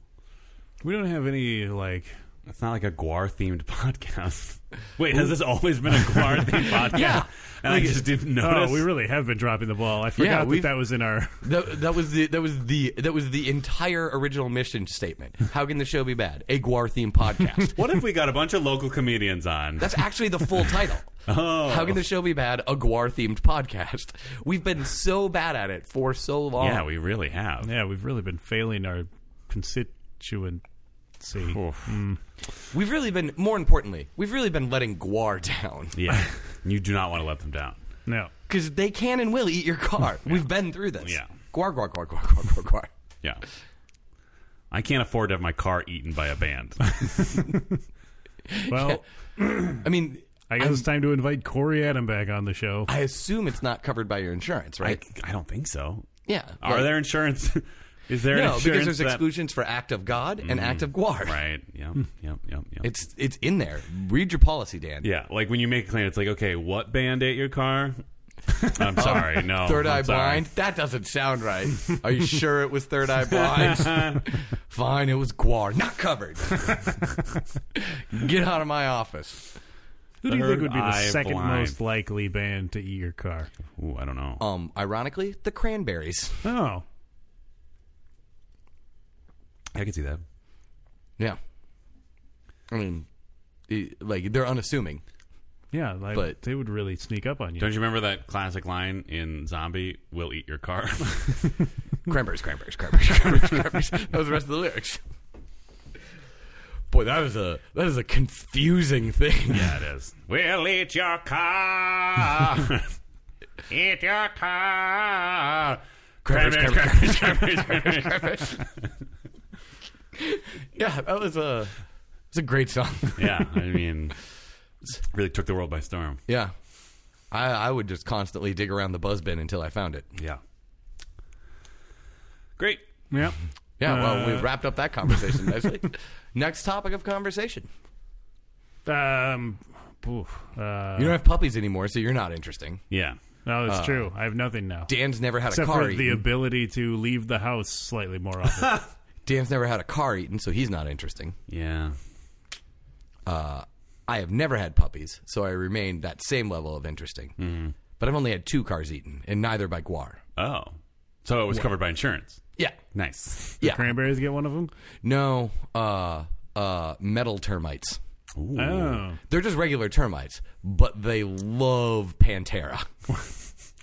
we don't have any like It's not like a Guar themed [LAUGHS] podcast. Wait, has this always been a Guar themed podcast? Yeah. And I just didn't notice. Oh, we really have been dropping the ball. I forgot that we've- that was in our. That, that was the that was the that was the entire original [LAUGHS] mission statement. How can the show be bad? A Guar themed podcast. what if we got a bunch of local comedians on? That's actually the full title. Oh. How can the show be bad? A Guar themed podcast. We've been so bad at it for so long. yeah, we really have. Yeah, we've really been failing our constituency. We've really been, more importantly, we've really been letting Guar down Yeah. you do not want to let them down. No. because they can and will eat [LAUGHS] your car. We've been through this. Yeah. Guar, Guar, Guar, Guar, Guar, Guar, Guar. Yeah. I can't afford to have my car eaten by a [LAUGHS] band. Well, I mean, I guess it's time to invite Corey Adam back on the show. I assume it's not covered by your insurance, I, right? I don't think so. yeah. Are like- there insurance? [LAUGHS] Is there No, insurance? because there's that- Mm. exclusions for act of God and act of Guar. Right. Yep. Yep. Yep. Yep. Hmm. It's it's in there. Read your policy, Dan. yeah. Like when you make a claim, it's like, okay, what band ate your [LAUGHS] car? I'm sorry. No. Third I'm sorry. Eye Blind? That doesn't sound right. Are you sure it was Third [LAUGHS] Eye Blind? Fine, it was Guar. Not covered. Get out of my office. Who do you think Third would be the Eye second Blind. most likely band to eat your car? Ooh, I don't know. Um, ironically, the Cranberries. Oh, I can see that. Yeah. I mean, the- like they're unassuming. yeah, like But- they would really sneak up on you. Don't you remember that classic line in Zombie? "We'll eat your [LAUGHS] car." Cranberries, cranberries, cranberries, [LAUGHS] cranberries, cranberries. That was the rest of the lyrics. Boy, that is a that is a confusing thing. yeah, it is. We'll eat your [LAUGHS] car. [LAUGHS] eat your car. Cranberries, Cranberries, [LAUGHS] cranberries, cranberries, cranberries. Yeah, that was uh, a it's a great song. yeah, [LAUGHS] I mean, really took the world by storm. [LAUGHS] Yeah. I, I would just constantly dig around the buzz bin until I found it. Yeah. Great. Yep. Yeah, well, we Uh, wrapped up that conversation nicely. [LAUGHS] Uh. Next topic of conversation. Um. oof, uh, You don't have puppies anymore, so you're not interesting. Yeah. no, Uh, it's true. I have nothing now. Dan's never had a Except car for the uh, eaten. ability to leave the house slightly [LAUGHS] more often. Dan's never had a car eaten, so he's not interesting. Yeah. I have never had puppies, so I remain that same level of interesting. Mm. But I've only had two cars eaten, and neither by Guar. Oh. So it was covered by insurance. Yeah. Nice. Yeah. Cranberries get one of them. no, uh, uh, metal termites. Ooh. Oh, They're just regular termites, but they love Pantera.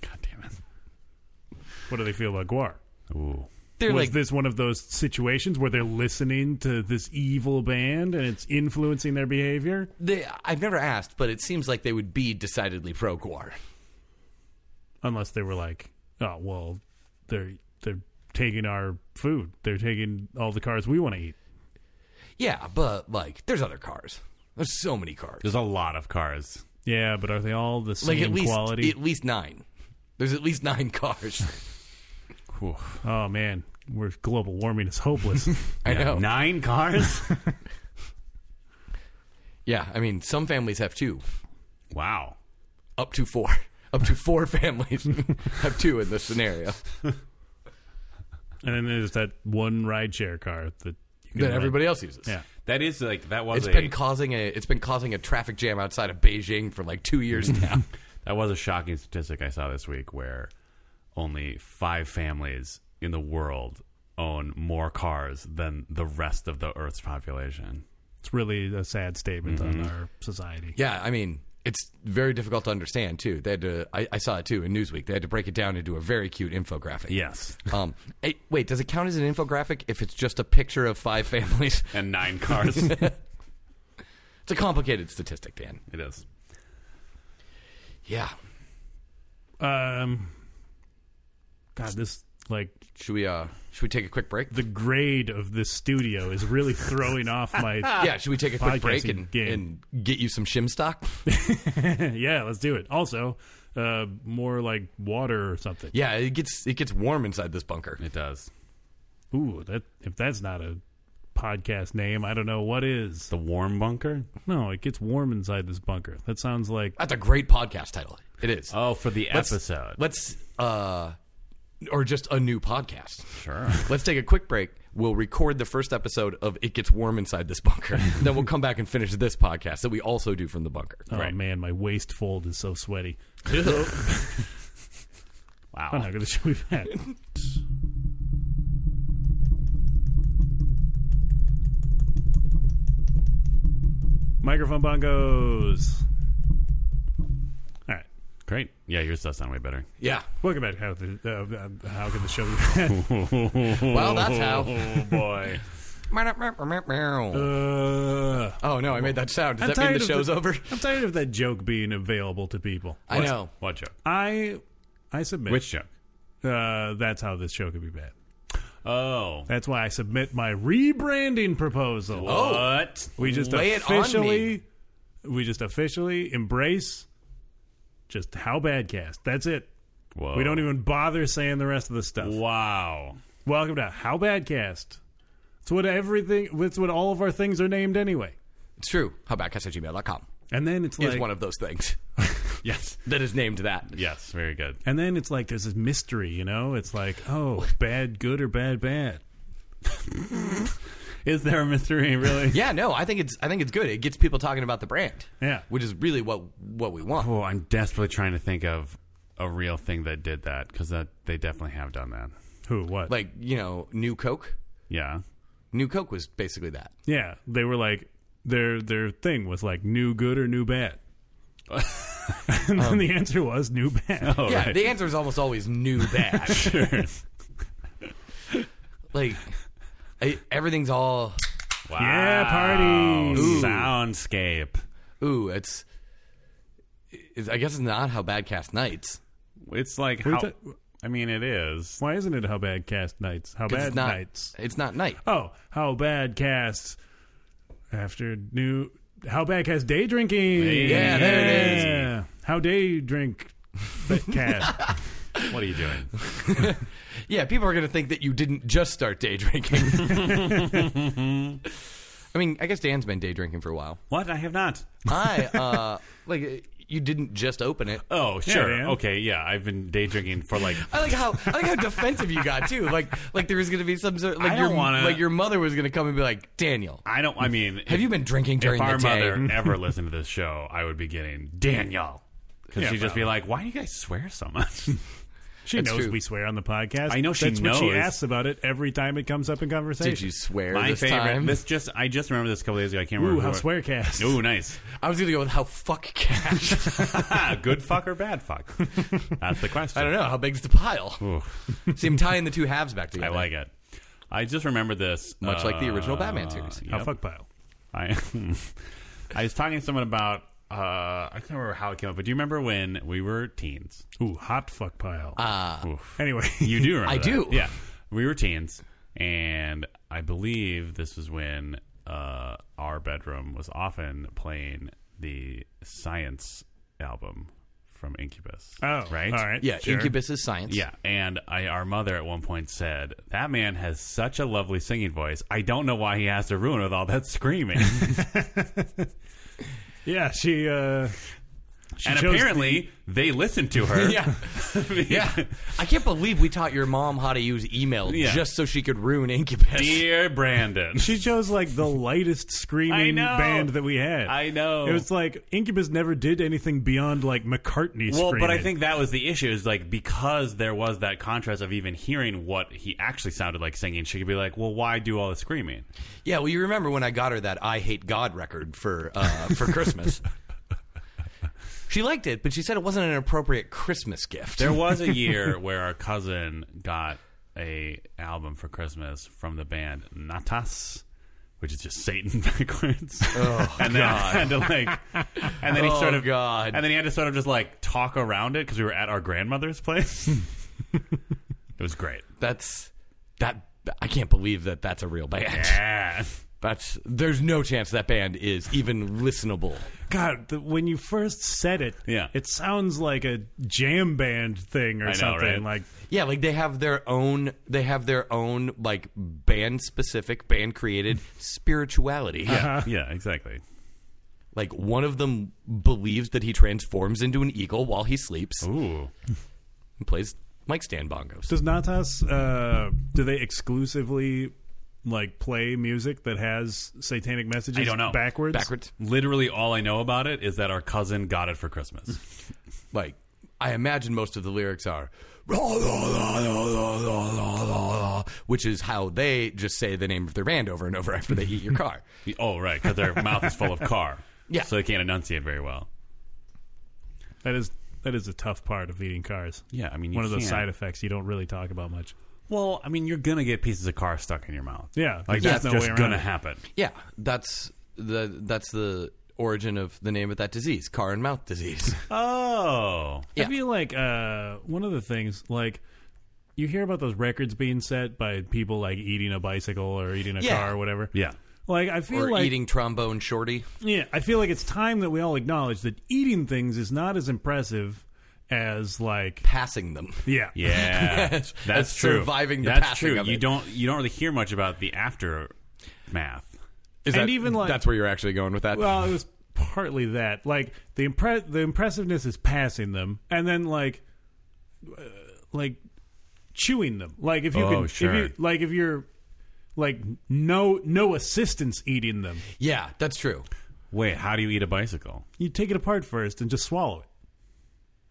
[LAUGHS] God damn it. what do they feel about Guar? Ooh. [LAUGHS] They're Was like this one of those situations where they're listening to this evil band and it's influencing their behavior? They, I've never asked, but it seems like they would be decidedly pro Guar. Unless they were like, oh well, they're they're taking our food. They're taking all the cars we want to eat. Yeah, but like, there's other cars. There's so many cars. There's a lot of cars. Yeah, but are they all the same Like at least quality? at least nine. There's at least nine cars. [LAUGHS] Ooh. oh man, we're global warming is [LAUGHS] hopeless. I Yeah, know. Nine cars? yeah, I mean, some families have two, wow. up to four, [LAUGHS] up to [LAUGHS] four families have two in this scenario and then there's that one rideshare car that you can that rent. everybody else uses. Yeah. That is like that was It's a been causing a it's been causing a traffic jam outside of Beijing for like two [LAUGHS] years now. [LAUGHS] that was a shocking statistic I saw this week where only five families in the world own more cars than the rest of the Earth's population. It's really a sad statement Mm-hmm. on our society. Yeah, I mean, it's very difficult to understand too. They had to. I, I saw it too in Newsweek. They had to break it down into a very cute infographic. Yes. Um. eh, wait, does it count as an infographic if it's just a picture of five [LAUGHS] families? And nine [LAUGHS] cars. it It's a complicated statistic, Dan. is. Yeah. Um, God, this like Should we? Uh. Should we take a quick break? the grade of this studio is really throwing off [LAUGHS] my. [LAUGHS] yeah. Should we take a quick break Podcasting and, game. and get you some shim stock? yeah, let's do it. Also, uh, more like water or something. yeah. It gets it gets warm inside this bunker. It does. Ooh, that if that's not a podcast name, I don't know what is. The warm bunker? No, it gets warm inside this bunker. That sounds like That's a great podcast title. It is. Oh, for the Let's- episode. Let's. Uh. or just a new podcast. [LAUGHS] Sure. Let's take a quick break. We'll record the first episode of It Gets Warm Inside This Bunker. then we'll come back and finish this podcast that we also do from the bunker. Oh Right. man, my waist fold is so sweaty. Wow. [LAUGHS] I'm not going to show you that. Microphone bongos. All right, Great. Yeah, yours does sound way better. Yeah. welcome back. to How the uh, uh, how can the [LAUGHS] show? Be Well, [LAUGHS] that's how. Oh boy. uh, Oh no, I made that sound. Does I'm that mean tired the of show's over? I'm tired of that joke being available to people. I know. What joke? I I submit. Which joke? Uh, that's how this show could be bad. Oh. That's why I submit my rebranding proposal. What? We just Oh. Lay it on officially, me. we just officially embrace just how bad cast. That's it. Whoa. We don't even bother saying the rest of the stuff. Wow. Welcome to how bad cast. It's what everything. It's what all of our things are named anyway. It's true. Howbackcast at gmail.com And then it's is like, one of those things Yes. that is named that. Yes. Very good. and then it's like there's this mystery. You know, it's like oh, bad good or bad bad. Is there a mystery? [LAUGHS] Really? Yeah, no, I think it's I think it's good. It gets people talking about the brand. Yeah. Which is really what what we want. Oh, I'm desperately trying to think of a real thing that did that because that they definitely have done that. Who what? Like, you know, New Coke. Yeah. New Coke was basically that. yeah, they were like their their thing was like new good or new [LAUGHS] bad. and Um, then the answer was new bad. All yeah, right. the answer is almost always new bad. [LAUGHS] Sure. like I, everything's all Wow. Yeah, party. Ooh. Soundscape. ooh, it's, it's I guess it's not how bad cast nights. It's like What how. are you ta- I mean, it is. Why isn't it how bad cast nights? How 'Cause bad it's not nights? it's not night. Oh, how bad casts after new? How bad cast day drinking? Yeah, there it is. Yeah. How day drink ba- [LAUGHS] cast? What are you doing? Yeah, people are going to think that you didn't just start [LAUGHS] day drinking. I mean, I guess Dan's been day drinking for a while. [LAUGHS] what? I have not. I uh like uh, you didn't just open it. Oh, sure. Dan. okay, yeah. I've been day drinking for like. I like how I like how defensive you got too. Like like there was going to be some sort like I your don't wanna- like your mother was going to come and be like, "Daniel, I don't. I mean, have you been drinking If during our the day?" [LAUGHS] mother ever listened to this show, I would be getting Danielle because Yeah, she'd just be like, "Why do you guys swear so much?" She That's knows true. we swear on the podcast. I know she That's what she knows. asks about it every time it comes up in conversation. Did you [LAUGHS] swear My this favorite. time? This just. I just remember this a couple days ago. I can't Ooh, remember. how who swear cast? I- Ooh, [LAUGHS] nice. [LAUGHS] I was going to go with how fuck cash. [LAUGHS] Ah, Good fuck or bad fuck? That's the question. I don't know how big's the pile. Ooh, See, I'm tying the two halves back I together. like it. I just remember this, Much like the original Batman uh, series. How yep. fuck pile? [LAUGHS] I I was talking to someone about uh, I can't remember how it came up, but do you remember when we were teens? Ooh, hot fuck pile. Oof. anyway, [LAUGHS] You do remember? [LAUGHS] I that. do. Yeah, we were teens, and I believe this was when uh, our bedroom was often playing the Science album from Incubus. Uh, oh, right, all right, Yeah, sure. Incubus is science. Yeah, and I, our mother at one point said, "That man has such a lovely singing voice. I don't know why he has to ruin it with all that [LAUGHS] screaming." Yeah, she. Uh, she and chose apparently, they listened to her. [LAUGHS] [LAUGHS] [LAUGHS] Yeah. Yeah. I can't believe we taught your mom how to use email Yeah. just so she could ruin Incubus. Dear Brandon, She chose like the lightest I screaming know. band that we had. I know. It was like Incubus never did anything beyond like McCartney well, screaming. but I think that was the issue is like because there was that contrast of even hearing what he actually sounded like singing, she could be like, "Well, why do all the screaming?" Yeah, well, you remember when I got her that "I Hate God" record for uh, for [LAUGHS] Christmas. she liked it, but she said it wasn't an appropriate Christmas gift. There was a [LAUGHS] year where our cousin got a album for Christmas from the band Natas, which is just Satan [LAUGHS] backwards. [LAUGHS] and then had to like, and then he Oh, sort of God. and then he had to sort of just like talk around it because we were at our grandmother's [LAUGHS] place. it was great. That's that. I can't believe that that's a real band. Yeah. [LAUGHS] That's there's no chance that band is even listenable. God, the, when you first said it, Yeah. it sounds like a jam band thing or know, something. right? Like, Yeah, like they have their own they have their own like band specific band created spirituality. yeah, exactly. Like one of them believes that he transforms into an eagle while he sleeps Ooh. and plays Mike stand bongos. Does Natas uh, do they exclusively like play music that has satanic messages? I don't know. Backwards. Backwards. Literally, all I know about it is that our cousin got it for Christmas. [LAUGHS] Like, I imagine most of the lyrics are, which is how they just say the name of their band over and over after they eat your car. oh, right, because their mouth is full of car. Yeah. So they can't enunciate very well. That is that is a tough part of eating cars. Yeah, I mean, you one of those can't- side effects you don't really talk about much. Well, I mean, you're gonna get pieces of car stuck in your mouth. Yeah, like there's that's no way just around gonna it. happen. [LAUGHS] Yeah, that's the that's the origin of the name of that disease, car and mouth disease. Oh, Yeah. I feel like uh, one of the things like you hear about those records being set by people like eating a bicycle or eating a Yeah. car or whatever. yeah. Like I feel or like eating trombone shorty. yeah, I feel like it's time that we all acknowledge that eating things is not as impressive as like passing [LAUGHS] them. yeah. Yeah, That's- [LAUGHS] that's, that's true. surviving the that's passing true. of you it. don't you don't really hear much about the aftermath. Is And even, like- that's where you're actually going with that. Well, it was partly that. Like the impre- the impressiveness is passing them and then like uh, like chewing them. Like if you Oh, can sure. if you like if you're like no no assistance eating them. yeah, that's true. Wait, how do you eat a bicycle? You take it apart first and just swallow it.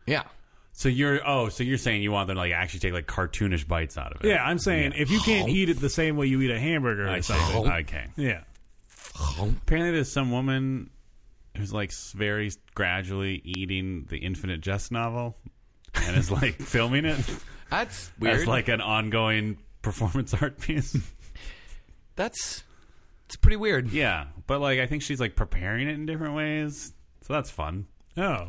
Yeah. So you're oh, so you're saying you want them to like actually take like cartoonish bites out of it? Yeah, I'm saying if you can't eat it the same way you eat a hamburger Oh. I or see. something. Okay. Yeah. Apparently, there's some woman who's like s- very gradually eating the Infinite Jest novel, and is [LAUGHS] like filming it That's as weird. like an ongoing performance [LAUGHS] art piece. that's it's pretty weird. yeah, but like I think she's like preparing it in different ways, so that's fun. Oh.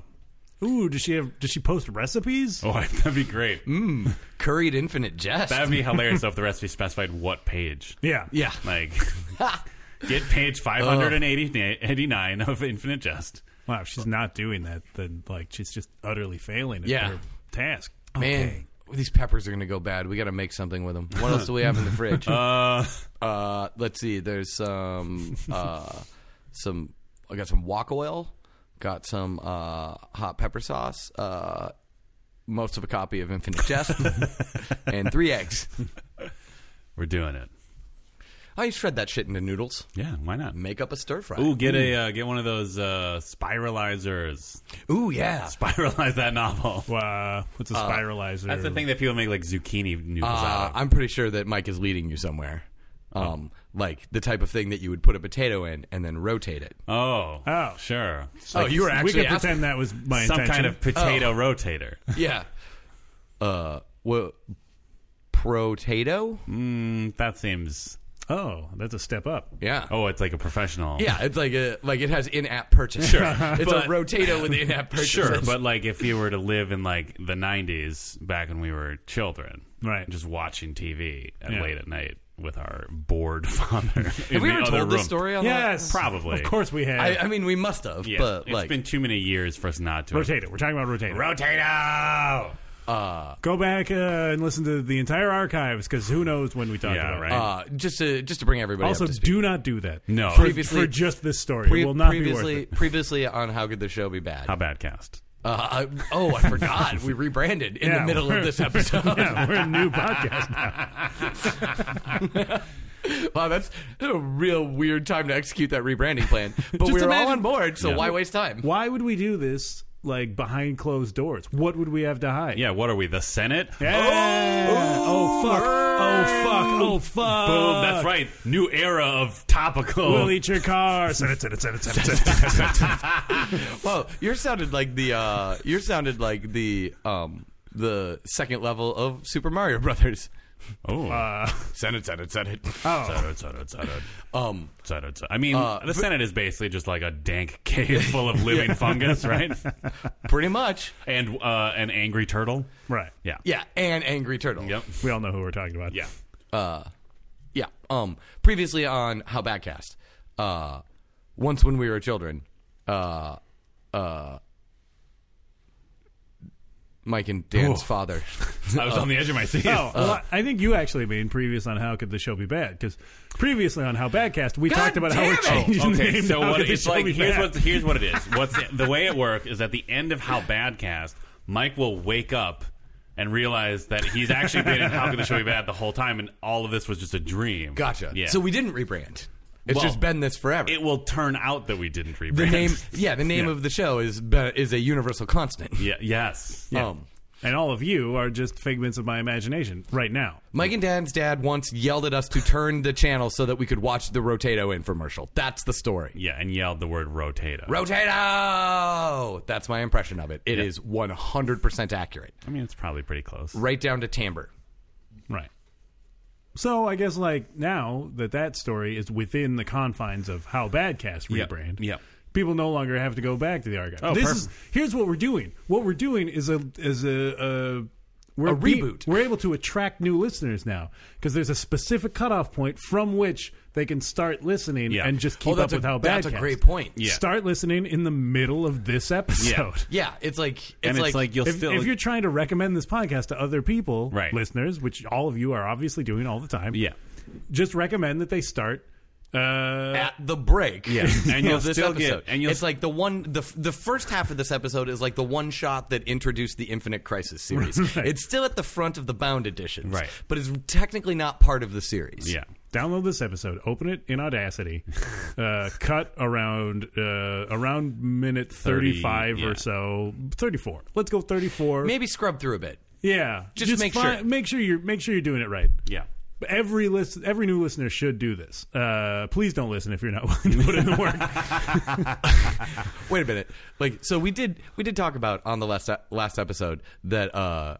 Ooh, does she have does she post recipes? Oh, [LAUGHS] that'd be great. Curried infinite jest. That'd be hilarious though if the recipe specified what [LAUGHS] page. Yeah. yeah. Like, get page 589 of Infinite Jest. Wow, if she's not doing that, then like she's just utterly failing at Yeah. her task. Man, these peppers are going to go bad. We got to make something with them. What else do we have in the fridge? [LAUGHS] Uh, let's see. There's some uh, some I got some wok oil, got some uh, hot pepper sauce, uh, most of a copy of Infinite [LAUGHS] Jest, and three eggs. We're doing it. I shred that shit into noodles. Yeah, why not? Make up a stir fry. Ooh, get a uh, get one of those uh, spiralizers. Ooh, yeah. Spiralize that novel. Wow, what's a spiralizer? That's the thing that people make like zucchini noodles Uh, out of. I'm pretty sure that Mike is leading you somewhere. Oh. Um, Like the type of thing that you would put a potato in and then rotate it. Oh, Oh. sure. oh, you were we actually could asking- pretend that was my Some intention. kind of potato rotator. yeah. Uh, well, potato. Mm, that seems. oh, that's a step up. Yeah. Oh, it's like a professional. Yeah, it's like a like it has in-app purchase. Sure, [LAUGHS] it's But- a [LAUGHS] rotato with in-app [LAUGHS] purchase. Sure, but like if you were to live in like the '90s, back when we were children, Right. Just watching TV at Yeah. late at night with our bored [LAUGHS] father. have we ever told room. this story on Yes, Probably. Of course, we have that? I, I mean, we must have, Yeah, but it's like, been too many years for us not to. have- Rotator. We're talking about Rotator. Rotato. Go back uh, and listen to the entire archives because who knows when we talk Yeah, about right. it. uh, just to just to bring everybody Also, up to speed. do not do that. No. for, Previously- for just this story, Pre- it will not be worth previously, it. previously on how could the show be bad? How bad cast? Uh, I, oh, I forgot. we rebranded in Yeah, the middle of we're- [LAUGHS] this episode. yeah, we're a new podcast now. wow, that's a real weird time to execute that rebranding [LAUGHS] plan. But Just we were all imagine- on board, so Yeah. why waste time? Why would we do this like behind closed doors? What would we have to hide? Yeah. What are we? The Senate. Yeah. Oh, fuck. Oh fuck. Oh fuck. Boom. That's Uh, right. New era of topical. We'll eat your car. Send it, send it, send it, send it, send [LAUGHS] it, send it, send it, send it. Well, you sounded like the uh, you sounded like the um, the second level of Super Mario Brothers. oh. Senate, Senate, Senate. Senate, Senate, Senate. Um, Senate, Senate. I mean, the Senate is basically just like a dank [LAUGHS] cave full of living fungus, right? pretty much. And uh, an angry turtle. Right. Yeah. Yeah, and Angry Turtle. Yep. We all know who we're talking about. Yeah. Uh, Yeah. Um, previously on How Badcast, uh, once when we were children, uh, uh, Mike and Dan's father. I was on the edge of my seat. Oh, well, I think you actually mean previous on how could the show be bad because previously on how badcast we talked about how we're damn [LAUGHS] it! changing the Oh, okay, name. so How what Could the it's Show like? Be Here's Bad. what here's what it is. What's the, the way it works is at the end of How Bad Cast, Mike will wake up and realized that he's actually been in How Could the Show Be Bad the whole time, and all of this was just a dream. Gotcha. Yeah. So we didn't rebrand. It's Well, just been this forever. it will turn out that we didn't rebrand. the name, yeah, the name of the show is be- is a universal [LAUGHS] constant. Yeah. Yes. Oh, Um, And all of you are just figments of my imagination right now. Mike and Dan's dad once yelled at us to turn the channel so that we could watch the Rotato infomercial. That's the story. Yeah, and yelled the word rotato. Rotato! That's my impression of it. It is 100% accurate, I mean, it's probably pretty close. right down to timbre. Right. So I guess like now that that story is within the confines of how Badcast Yep. rebrand. Yep. People no longer have to go back to the archive. Oh, this is here's what we're doing. What we're doing is a is a, a we're A be- reboot. we're able to attract new listeners now because there's a specific cutoff point from which they can start listening Yeah. and just Oh, keep that's up a- with how Badcast. that's a great point. Yeah. Start listening in the middle of this episode. Yeah, it's like it's, and like, it's like you'll If, still if you're trying to recommend this podcast to other people, Right. listeners, which all of you are obviously doing all the time, yeah just recommend that they start. Uh, [LAUGHS] at the break. [LAUGHS] Yeah, And you'll still get- and you'll- it's like the one the the first half of this episode is like the one shot that introduced the Infinite [LAUGHS] Crisis series. Right. It's still at the front of the bound editions, Right. But it's technically not part of the series. yeah download this episode, open it [LAUGHS] in Audacity, uh, cut around uh, around minute 30, thirty-five yeah. or so, thirty-four. Let's go thirty-four. maybe scrub through a bit. yeah, just make sure. make sure you're make sure you're doing it right. yeah. Every list, every new listener should do this. Uh, please don't listen if you're not [LAUGHS] willing to put in the [LAUGHS] work. Wait a minute, like so we did we did talk about on the last last episode that uh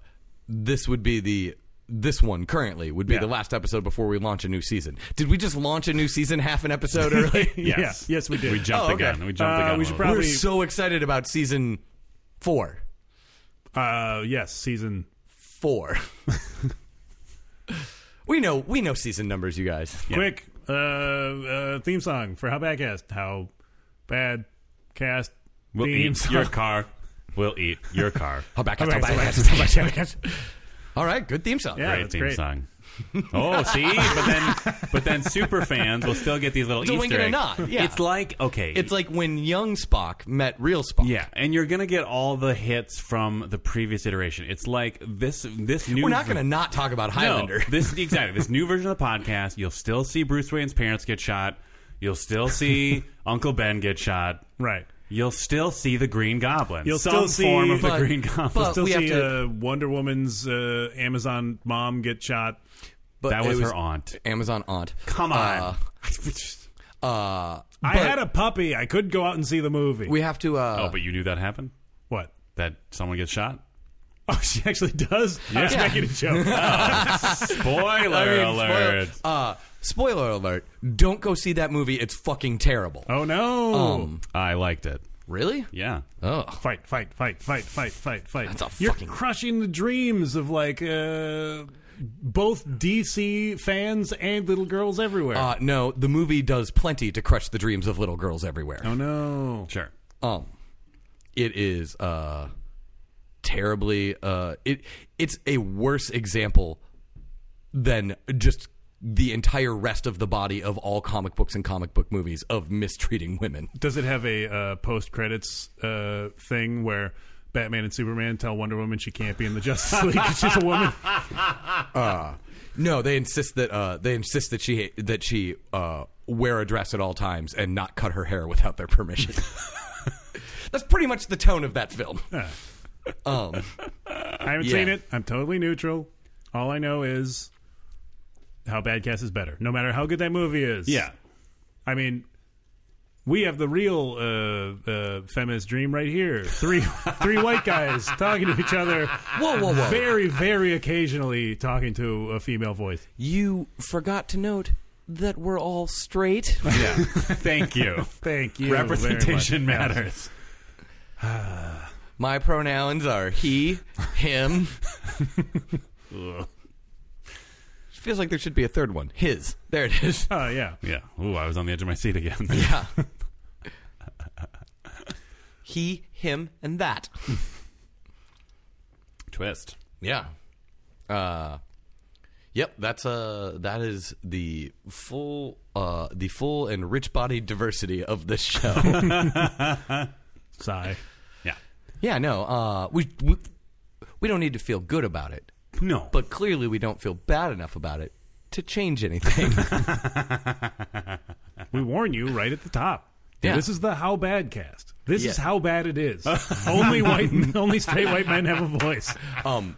this would be the. This one currently would be Yeah. the last episode before we launch a new season. Did we just launch a new season half an episode early? [LAUGHS] Yes. Yeah. Yes, we did. We jumped Oh, okay. the gun. We jumped the Uh, gun. we a should little probably- We're so excited about season four. Uh, yes, season. Four. [LAUGHS] we know we know season numbers, you guys. Quick uh, uh, theme song for How Bad Cast. How Bad Cast. bit. We'll theme eat song. [LAUGHS] your car. We'll eat your car. How back All up, right, how so back that's- up. that's- that's- [LAUGHS] All right, good theme [LAUGHS] song. Yeah, great that's theme great. [LAUGHS] song. oh, see, but then but then super fans will still get these little It's a Easter wink and a eggs. nod, yeah. It's like okay, It's like when young Spock met real Spock. yeah, and you're gonna get all the hits from the previous iteration. It's like this this new. We're not going to not talk about Highlander. [LAUGHS] No, this exactly this new version of the podcast. You'll still see Bruce Wayne's parents get shot. You'll still [LAUGHS] see Uncle Ben get shot. Right. You'll still see the Green Goblin. You'll Some still form see- of the But- Green Goblin. but- Still We have see to- uh, Wonder Woman's uh, Amazon mom get shot. But that it was, her aunt. Amazon aunt. Come [LAUGHS] on. Uh, uh, I had a puppy. I could go out and see the movie. we have to. Uh, oh, but you knew that happened. what? [LAUGHS] That someone gets shot. Oh, she actually does. I was Yeah. making a joke. [LAUGHS] Spoiler [LAUGHS] Oh, alert. Spoiler, uh, spoiler alert. Don't go see that movie. It's fucking terrible. oh no! Um. I liked it. Really? Yeah. Oh. fight! Fight! Fight! Fight! Fight! Fight! Fight! That's a You're fucking- crushing the dreams of like uh, both DC fans and little girls everywhere. Uh, no, the movie does plenty to crush the dreams of little girls everywhere. oh no! Sure. Um, it is uh, terribly uh, it it's a worse example than just the entire rest of the body of all comic books and comic book movies of mistreating women. Does it have a uh, post credits uh, thing where Batman and Superman tell Wonder Woman she can't be in [LAUGHS] the Justice League? 'cause She's a woman. No, they insist that uh, they insist that she that she uh, wear a dress at all times and not cut her hair without their permission. That's pretty much the tone of that film. Um, I haven't Yeah. seen it. I'm totally neutral. All I know is how Badcast is better, no matter how good that movie is. Yeah. I mean, we have the real uh, uh, feminist dream right here. Three three white guys talking to each other. whoa, whoa, [LAUGHS] whoa! Very, very occasionally talking to a female voice. You forgot to note that we're all straight. Yeah. Thank you. [LAUGHS] Thank you. very much. Representation matters. My pronouns are he, him. Feels like there should be a third one. His. There it is. Oh yeah. Yeah. Ooh, I was on the edge of my seat again. Yeah. [LAUGHS] he, him, and that. [LAUGHS] Twist. Yeah. Uh Yep, that's uh that is the full uh the full and rich body diversity of [LAUGHS] this show. Sigh. [LAUGHS] Yeah. yeah, no. Uh we, we we We don't need to feel good about it, No. but clearly we don't feel bad enough about it to [LAUGHS] change anything. We warn you right at the top. Yeah. This is the how bad cast. This is Yeah. how bad it [LAUGHS] is. only white, [LAUGHS] only straight white men have a voice. um,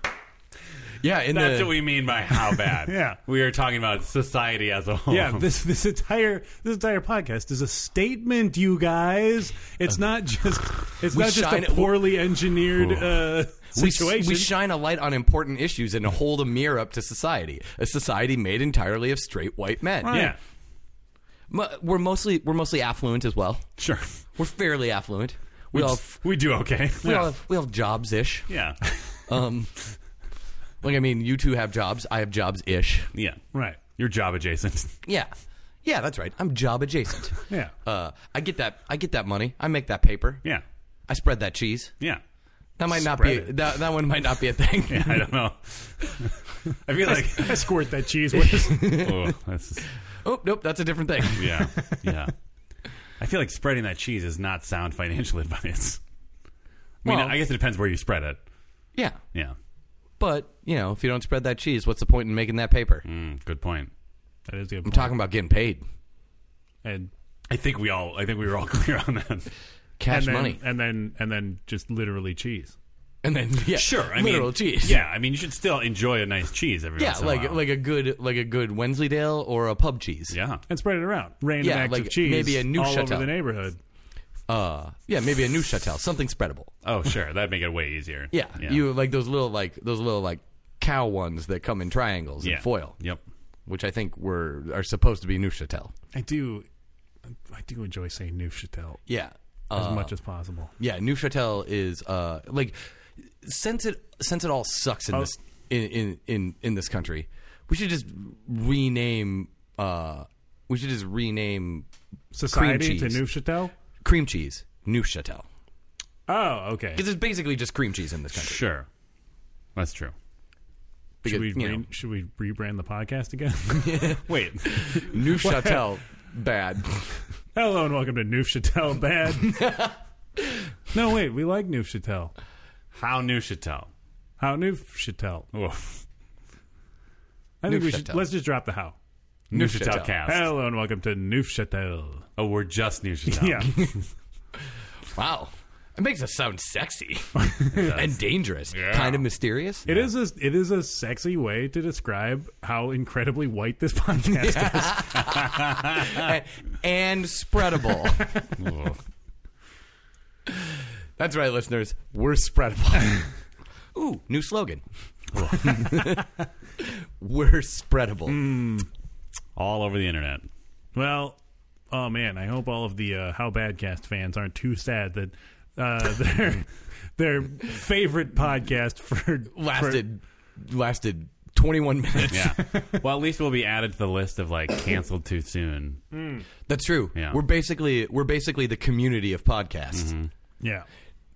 yeah, in That's the what we mean by [LAUGHS] how bad. Yeah. We are talking about society as a Oh. whole. Yeah, this this entire this entire podcast is a statement, you guys. It's not just it's Uh, We not just shine a it- poorly engineered uh, we, s- situation. we shine a light on important issues and hold a mirror up to society, a society made entirely of straight white men. yeah, Mo- We're mostly we're mostly affluent as well. sure. We're fairly affluent. We all have, [LAUGHS] We do okay. [LAUGHS] we all have, we all have jobs ish. Yeah. Um, like I mean, you two have jobs. I have jobs ish. Yeah. right. Your job adjacent. [LAUGHS] Yeah, yeah, that's right. I'm job adjacent. Yeah, Uh, I get that. I get that money. I make that paper. Yeah. I spread that cheese. Yeah. That might not Spread be it. that. That one might not be a thing. I don't know. [LAUGHS] I feel like [LAUGHS] I squirt that cheese with. oh, that's Oh nope, that's a different thing. [LAUGHS] yeah, yeah. I feel like spreading that cheese is not sound financial [LAUGHS] advice. I mean, Well- I guess it depends where you spread it. Yeah, Yeah, but you know, if you don't spread that cheese, what's the point in making that paper? mm, good point. that is good. Mm-hmm. I'm talking about getting paid, and I think we all, I think we were all [LAUGHS] clear on that. cash and then, money, and then and then just literally cheese. and then yeah, [LAUGHS] Sure, I literal mean, cheese. Yeah, I mean, you should still enjoy a nice cheese every [LAUGHS] yeah, once in a like while. like a good like a good Wensleydale or a pub cheese. yeah, and spread it around. Random Yeah, acts like of cheese, maybe a new all over Chateau. the neighborhood. uh, yeah, maybe a new Chatel, something spreadable. oh sure, that'd make it way easier. Yeah, you like those little like those little like cow ones that come in triangles Yeah. and foil, Yep. which I think were are supposed to be Neuchatel. I do, I do enjoy saying Neufchatel Yeah, as uh, much as possible. yeah. Neuchatel is uh like since it since it all sucks in Oh. this in, in in in this country, we should just rename uh we should just rename Society cream to cheese. Neufchatel. cream cheese Neuchatel Oh, okay. because it's basically just cream cheese in this country. Sure, that's true. Should Because we, you re- know, should we rebrand the podcast again? [LAUGHS] Wait, [LAUGHS] Neuchatel bad. Hello and welcome to Neufchatel [LAUGHS] Bad. no, wait, we like Neufchatel. how Neuchatel? How Neufchatel? Oof. I think we should. Neufchatel. Let's just drop the how. Neuchatel Neuchatel. cast. Hello and welcome to Neufchatel. Oh, we're just [LAUGHS] Neuchatel. Yeah, Wow. It makes us [LAUGHS] sound sexy and dangerous, kind of mysterious. it is a it is a sexy way to describe how incredibly white [LAUGHS] this podcast is. and, and spreadable. Yeah. [LAUGHS] That's right, listeners. We're spreadable. [LAUGHS] Ooh, new [LAUGHS] slogan. We're spreadable. all over the internet. Well, oh man, I hope all of the uh, How Badcast fans aren't too sad that uh, [LAUGHS] their their favorite podcast for Lasted lasted 21 minutes. Yeah. well, at least we'll be added to the list of like canceled too soon. That's true. Yeah. We're basically we're basically the community of podcasts For, yeah,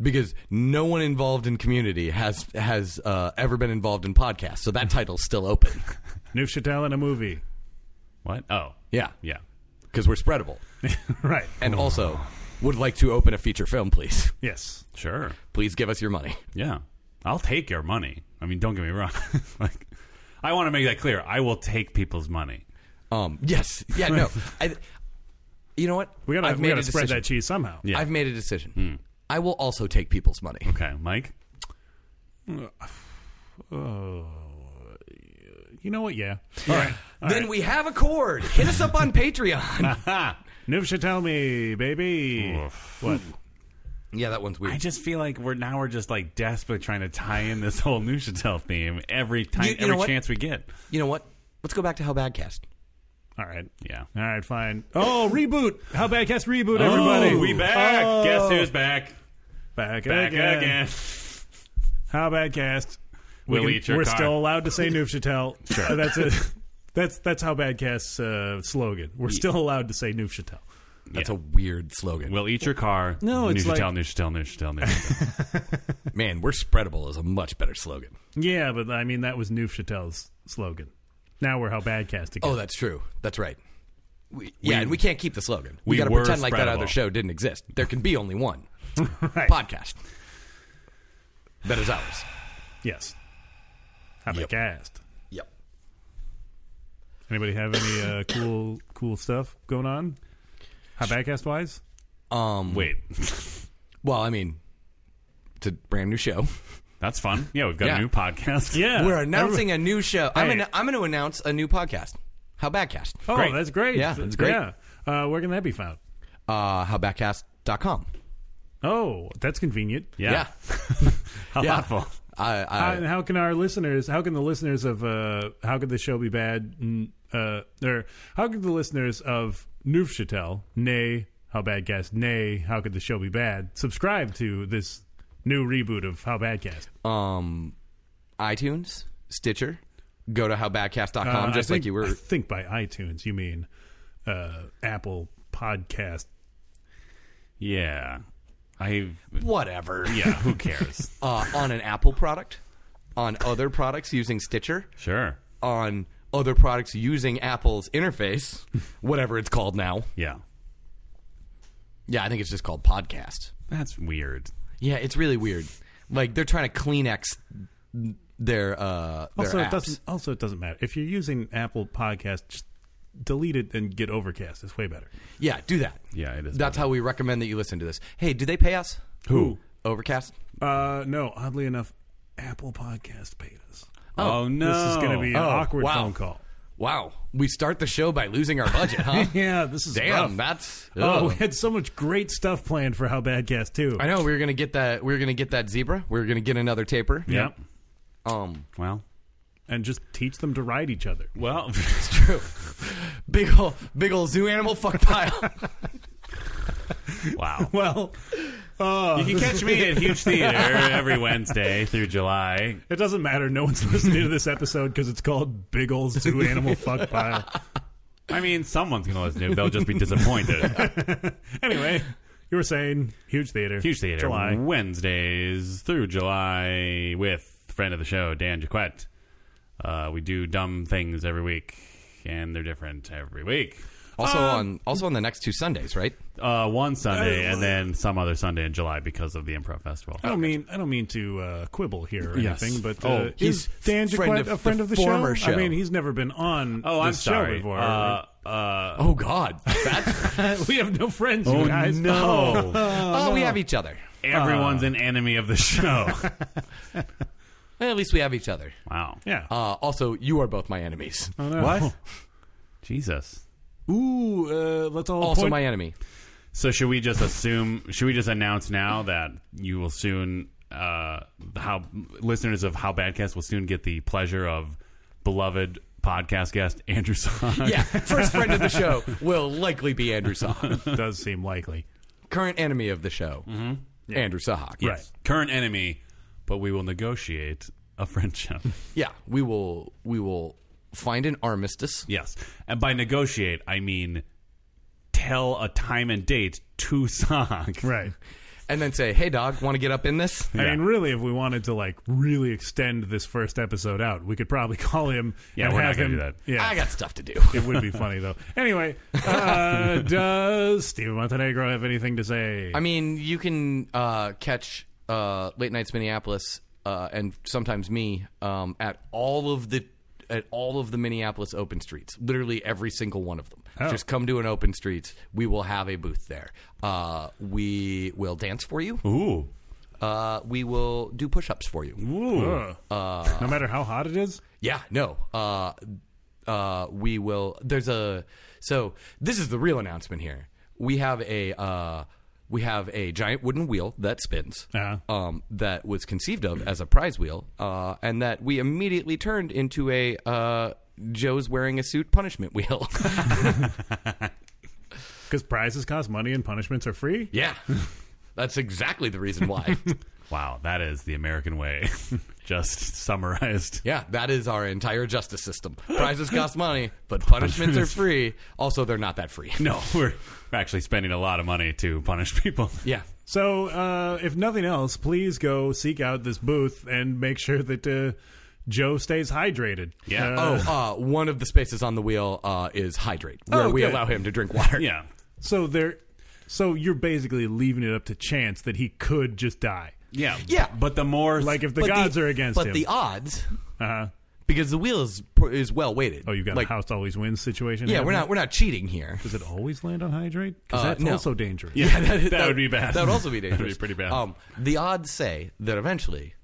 because no one involved in community has has uh, ever been involved in podcasts. So that title's still open. [LAUGHS] Neufchatel in a movie. [LAUGHS] What? Oh, Yeah, yeah. because we're spreadable. Right. and also would like to open a feature film, please. Yes. Sure. Please give us your money. Yeah. I'll take your money. I mean, don't get me wrong. [LAUGHS] like, I want to make that clear. I will take people's money. Um, [LAUGHS] yes, yeah, no. I, you know what? We gotta I've we made gotta a spread decision. that Hmm. cheese somehow. Yeah. I've made a decision. I will also take people's money. Okay, Mike. You know what? Yeah. then we have a chord. Hit us up [LAUGHS] on Patreon. [LAUGHS] Neufchatel me, baby. What? yeah, that one's I weird. just feel like we're now we're just like desperately trying to tie in this whole Neuchatel theme every time, You- you know every what? chance we get. You know what? Let's go back to How Badcast. All right. Yeah. All right, fine. Oh, reboot. How Badcast reboot, everybody. Oh, we back. Oh. Guess who's back? back, Back again. again. How Badcast. We We'll eat your we're car. still allowed to say Neufchatel. sure. [LAUGHS] That's it. That's that's how Badcast's uh, slogan. We're still allowed to say Neufchatel. That's a weird slogan. We'll eat your car. No, it's Neuchatel, like- Neuchatel, Neuchatel, [LAUGHS] Neuchatel. Man, we're spreadable is a much better slogan. Yeah, but I mean that was Neufchatel's slogan. Now we're How Badcast again. Oh, that's true. That's right. We, yeah, and we can't keep the slogan. We, we got to were pretend like that spreadable. other show didn't exist. [LAUGHS] There can be only one right. podcast that is ours. Yes. Have a Yep. cast. Yep. Anybody have any uh, cool cool stuff going on? Habacast wise? Um. Wait, Well, I mean, it's a brand new show. that's fun. Yeah, we've got Yeah. a new podcast. Yeah. [LAUGHS] We're announcing a new show. I'm Hey. gonna, I'm going to announce a new podcast. How Badcast. Oh, Great. that's great. Yeah, that's great. Yeah. Uh, where can that be found? Uh, howbadcast.com. Oh, that's convenient. yeah. [LAUGHS] How Yeah. thoughtful. I, How, I, and Uh, how can our listeners? How can the listeners of uh, how could the show be bad? mm, Uh, or how could the listeners of Neufchatel, nay, how bad cast, nay, how could the show be bad? Subscribe to this new reboot of How Bad Cast. um, iTunes, Stitcher. Go to howbadcast.com Uh, com just I like think- you I were. think by iTunes you mean uh, Apple Podcast. Yeah. I. [LAUGHS] Whatever. Yeah. Who cares? [LAUGHS] [LAUGHS] Uh, on an Apple product, on other products using Stitcher, sure. on other products using Apple's [LAUGHS] interface, whatever it's called now. Yeah. Yeah, I think it's just called podcast. That's weird. Yeah, it's really weird. Like they're trying to Kleenex their uh their Also, apps. it doesn't. Also, it doesn't matter if you're using Apple Podcast. Just delete it and get Overcast. It's way better. Yeah, do that. Yeah, it is. That's how we recommend that you listen to this. Hey, do they pay us? Who? Overcast? Uh, no, oddly enough, Apple Podcast paid us. Oh, no. This is going to be an Oh, awkward wow. phone call. [LAUGHS] Wow, we start the show by losing our [LAUGHS] budget, huh? Yeah, this is Damn, that's Oh, we ugh. had so much great stuff planned for How Bad Cast too. I know we were gonna get that. We were gonna get that zebra. We were gonna get another taper. Yep. Um, Well. And just teach them to ride each other. Well. it's true. Big ol' big ol' zoo animal fuck [LAUGHS] pile. [LAUGHS] wow. [LAUGHS] Well, uh, You can catch me at Huge Theater every Wednesday through July. it doesn't matter. No one's [LAUGHS] listening to this episode because it's called Big Ol' Zoo [LAUGHS] Animal Fuck Pile. I mean, someone's going to listen to it. They'll just be [LAUGHS] disappointed. Anyway, you were saying huge theater, Huge Theater, July. Wednesdays through July with friend of the show, Dan Jaquette. Uh, we do dumb things every week, and they're different every week. Also Um. on also on the next two Sundays, right? Uh, one Sunday and then some other Sunday in July because of the Improv Festival. Oh, I don't mean I don't mean to uh, quibble here or Yes. anything, but uh, Oh, is he's Dan friend Jaquette of a friend the of the former show? I show. mean, he's never been on Oh, this I'm show sorry. before. Uh, uh, Oh God, [LAUGHS] [LAUGHS] that's we have no friends, you guys. no. oh, we have each other. Uh. Everyone's an enemy of the [LAUGHS] show. Well, at least we have each other. wow. [LAUGHS] Yeah. Uh, also, you are both my enemies. Uh, [LAUGHS] What? Jesus. Ooh, uh, let's all Also, point- my enemy. So should we just assume? Should we just announce now that you will soon, uh, how listeners of How Badcast will soon get the pleasure of beloved podcast guest Andrew Song? Yeah, first friend [LAUGHS] of the show will likely be Andrew Sahak. does seem likely. Current enemy of the show, Mm-hmm. Andrew Sahak. Yes. Current enemy, but we will negotiate a friendship. [LAUGHS] Yeah, we will we will find an armistice. yes, and by negotiate I mean tell a time and date to Song. Right. and then say, "Hey, dog, want to get up in this?" I Yeah. mean, really, if we wanted to like really extend this first episode out, we could probably [LAUGHS] call him. Yeah, and we're not have gonna him. do that. Yeah, I got stuff to do. it would be funny though. Anyway, uh, does Steven Montenegro have anything to say? I mean, you can uh, catch uh, late nights Minneapolis uh, and sometimes me um, at all of the at all of the Minneapolis open streets. Literally every single one of them. Just come to an open street. We will have a booth there. Uh, we will dance for you. Ooh, Uh, we will do push-ups for you. Ugh. no matter how hot it is. Yeah, no. Uh, uh, we will. There's a. So this is the real announcement here. We have a. Uh, we have a giant wooden wheel that spins. Uh-huh. Um, that was conceived of as a prize wheel, uh, and that we immediately turned into a uh, Joe's wearing a suit punishment wheel. Because prizes cost money and punishments are free. yeah, that's exactly the reason why. wow, that is the American way, [LAUGHS] just summarized. yeah, that is our entire justice system. Prizes cost money, but punishments are free. Also, they're not that free. [LAUGHS] No, we're we're actually spending a lot of money to punish people. Yeah. So, uh, if nothing else, please go seek out this booth and make sure that uh, Joe stays hydrated. Yeah. Uh, [LAUGHS] Oh, uh, one of the spaces on the wheel uh, is hydrate, where Oh, we good. allow him to drink [LAUGHS] water. Yeah. So there, so you're basically leaving it up to chance that he could just die. Yeah. Yeah. But the more Like if the But gods are against but him. the odds uh-huh. because the wheel is is well weighted. Oh, you've got like a house always wins situation. yeah, we're happening? not we're not cheating [LAUGHS] here. [LAUGHS] Does it always land on hydrate? Because Uh, that's no. also dangerous. yeah, that, would be bad. That would [LAUGHS] also be dangerous. That'd be pretty bad. Um, the odds say that eventually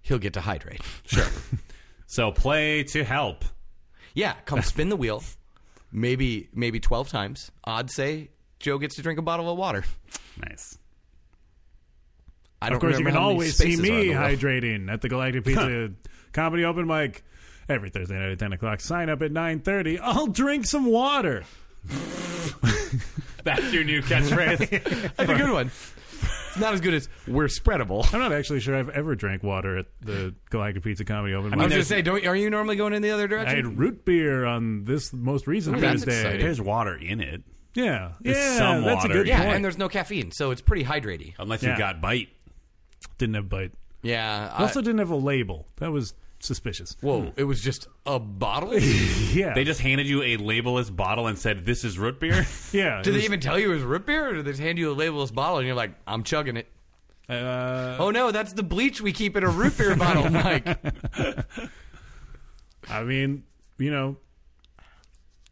he'll get to hydrate. so play to help. Yeah, [LAUGHS] come spin the wheel, maybe maybe twelve times. Odds say Joe gets to drink a bottle of water. Nice. I don't Of course, you remember can how many always see spaces are on me the wheel. [LAUGHS] hydrating at the Galactic Pizza Comedy Open Mic every Thursday night at 10 o'clock. Sign up at 9.30. I'll drink some water. That's your new catchphrase. [LAUGHS] That's [LAUGHS] a good one. It's not as good as we're spreadable. I'm not actually sure I've ever drank water at the Galactic Pizza Comedy Open I was Mic. going to say, don't are you normally going in the other I direction? had root beer on this most recent Ooh, that's Thursday. exciting. There's water in it, Yeah, There's yeah, some that's water a good in yeah, point. and there's no caffeine, so it's pretty hydraty. unless you Yeah. got bite. Didn't have bite. Yeah. I- Also, didn't have a label. That was suspicious. whoa, it was just a bottle. [LAUGHS] Yeah, They just handed you a labelless bottle and said, "This is root beer." yeah. Do it they was- even tell you it was root beer, or do they just hand you a labelless bottle and you're like, I'm chugging it? Uh, Oh. Oh no, that's the bleach we keep in a [LAUGHS] root beer bottle, Mike. I mean, you know,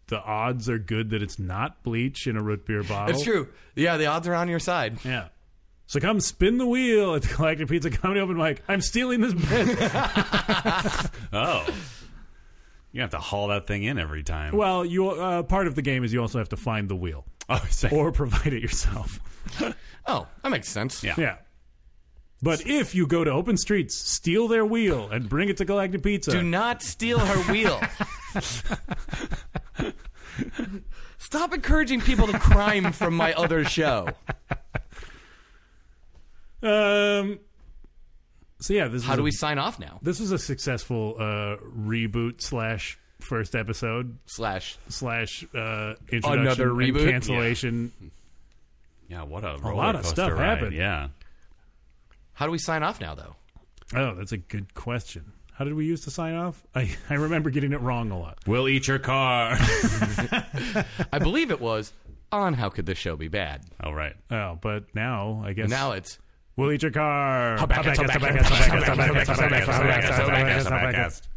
the odds are good that it's not bleach in a root beer bottle. That's true. Yeah, the odds are on your side. Yeah. So come spin the wheel at the Galactic Pizza Comedy Open Mic. I'm stealing this [LAUGHS] bit. oh, you have to haul that thing in every time. well, you uh, part of the game is you also have to find the wheel oh, so- or provide it [LAUGHS] yourself. Oh, that makes sense. Yeah. Yeah. But if you go to open streets, steal their wheel and bring it to Galactic Pizza. Do not steal [LAUGHS] her wheel. Stop encouraging people to crime from my other show. um. So yeah, this How is do a, we sign off now? This was a successful uh, reboot slash first episode Slash. slash uh, introduction Another and reboot? cancellation. yeah, what a, of roller coaster stuff ride. happened. Yeah, How do we sign off now, though? Oh, that's a good question. How did we use to sign off? [LAUGHS] I, I remember getting it wrong a lot. we'll eat your car. [LAUGHS] I believe it was on How Could This Show Be Bad. All right. Oh, but now I guess Now it's we'll eat your car. Habakkuk, Habakkuk, Habakkuk, Habakkuk, Habakkuk, Habakkuk, Habakkuk, Habakkuk, Habakkuk, Habakkuk, Habakkuk, Habakkuk.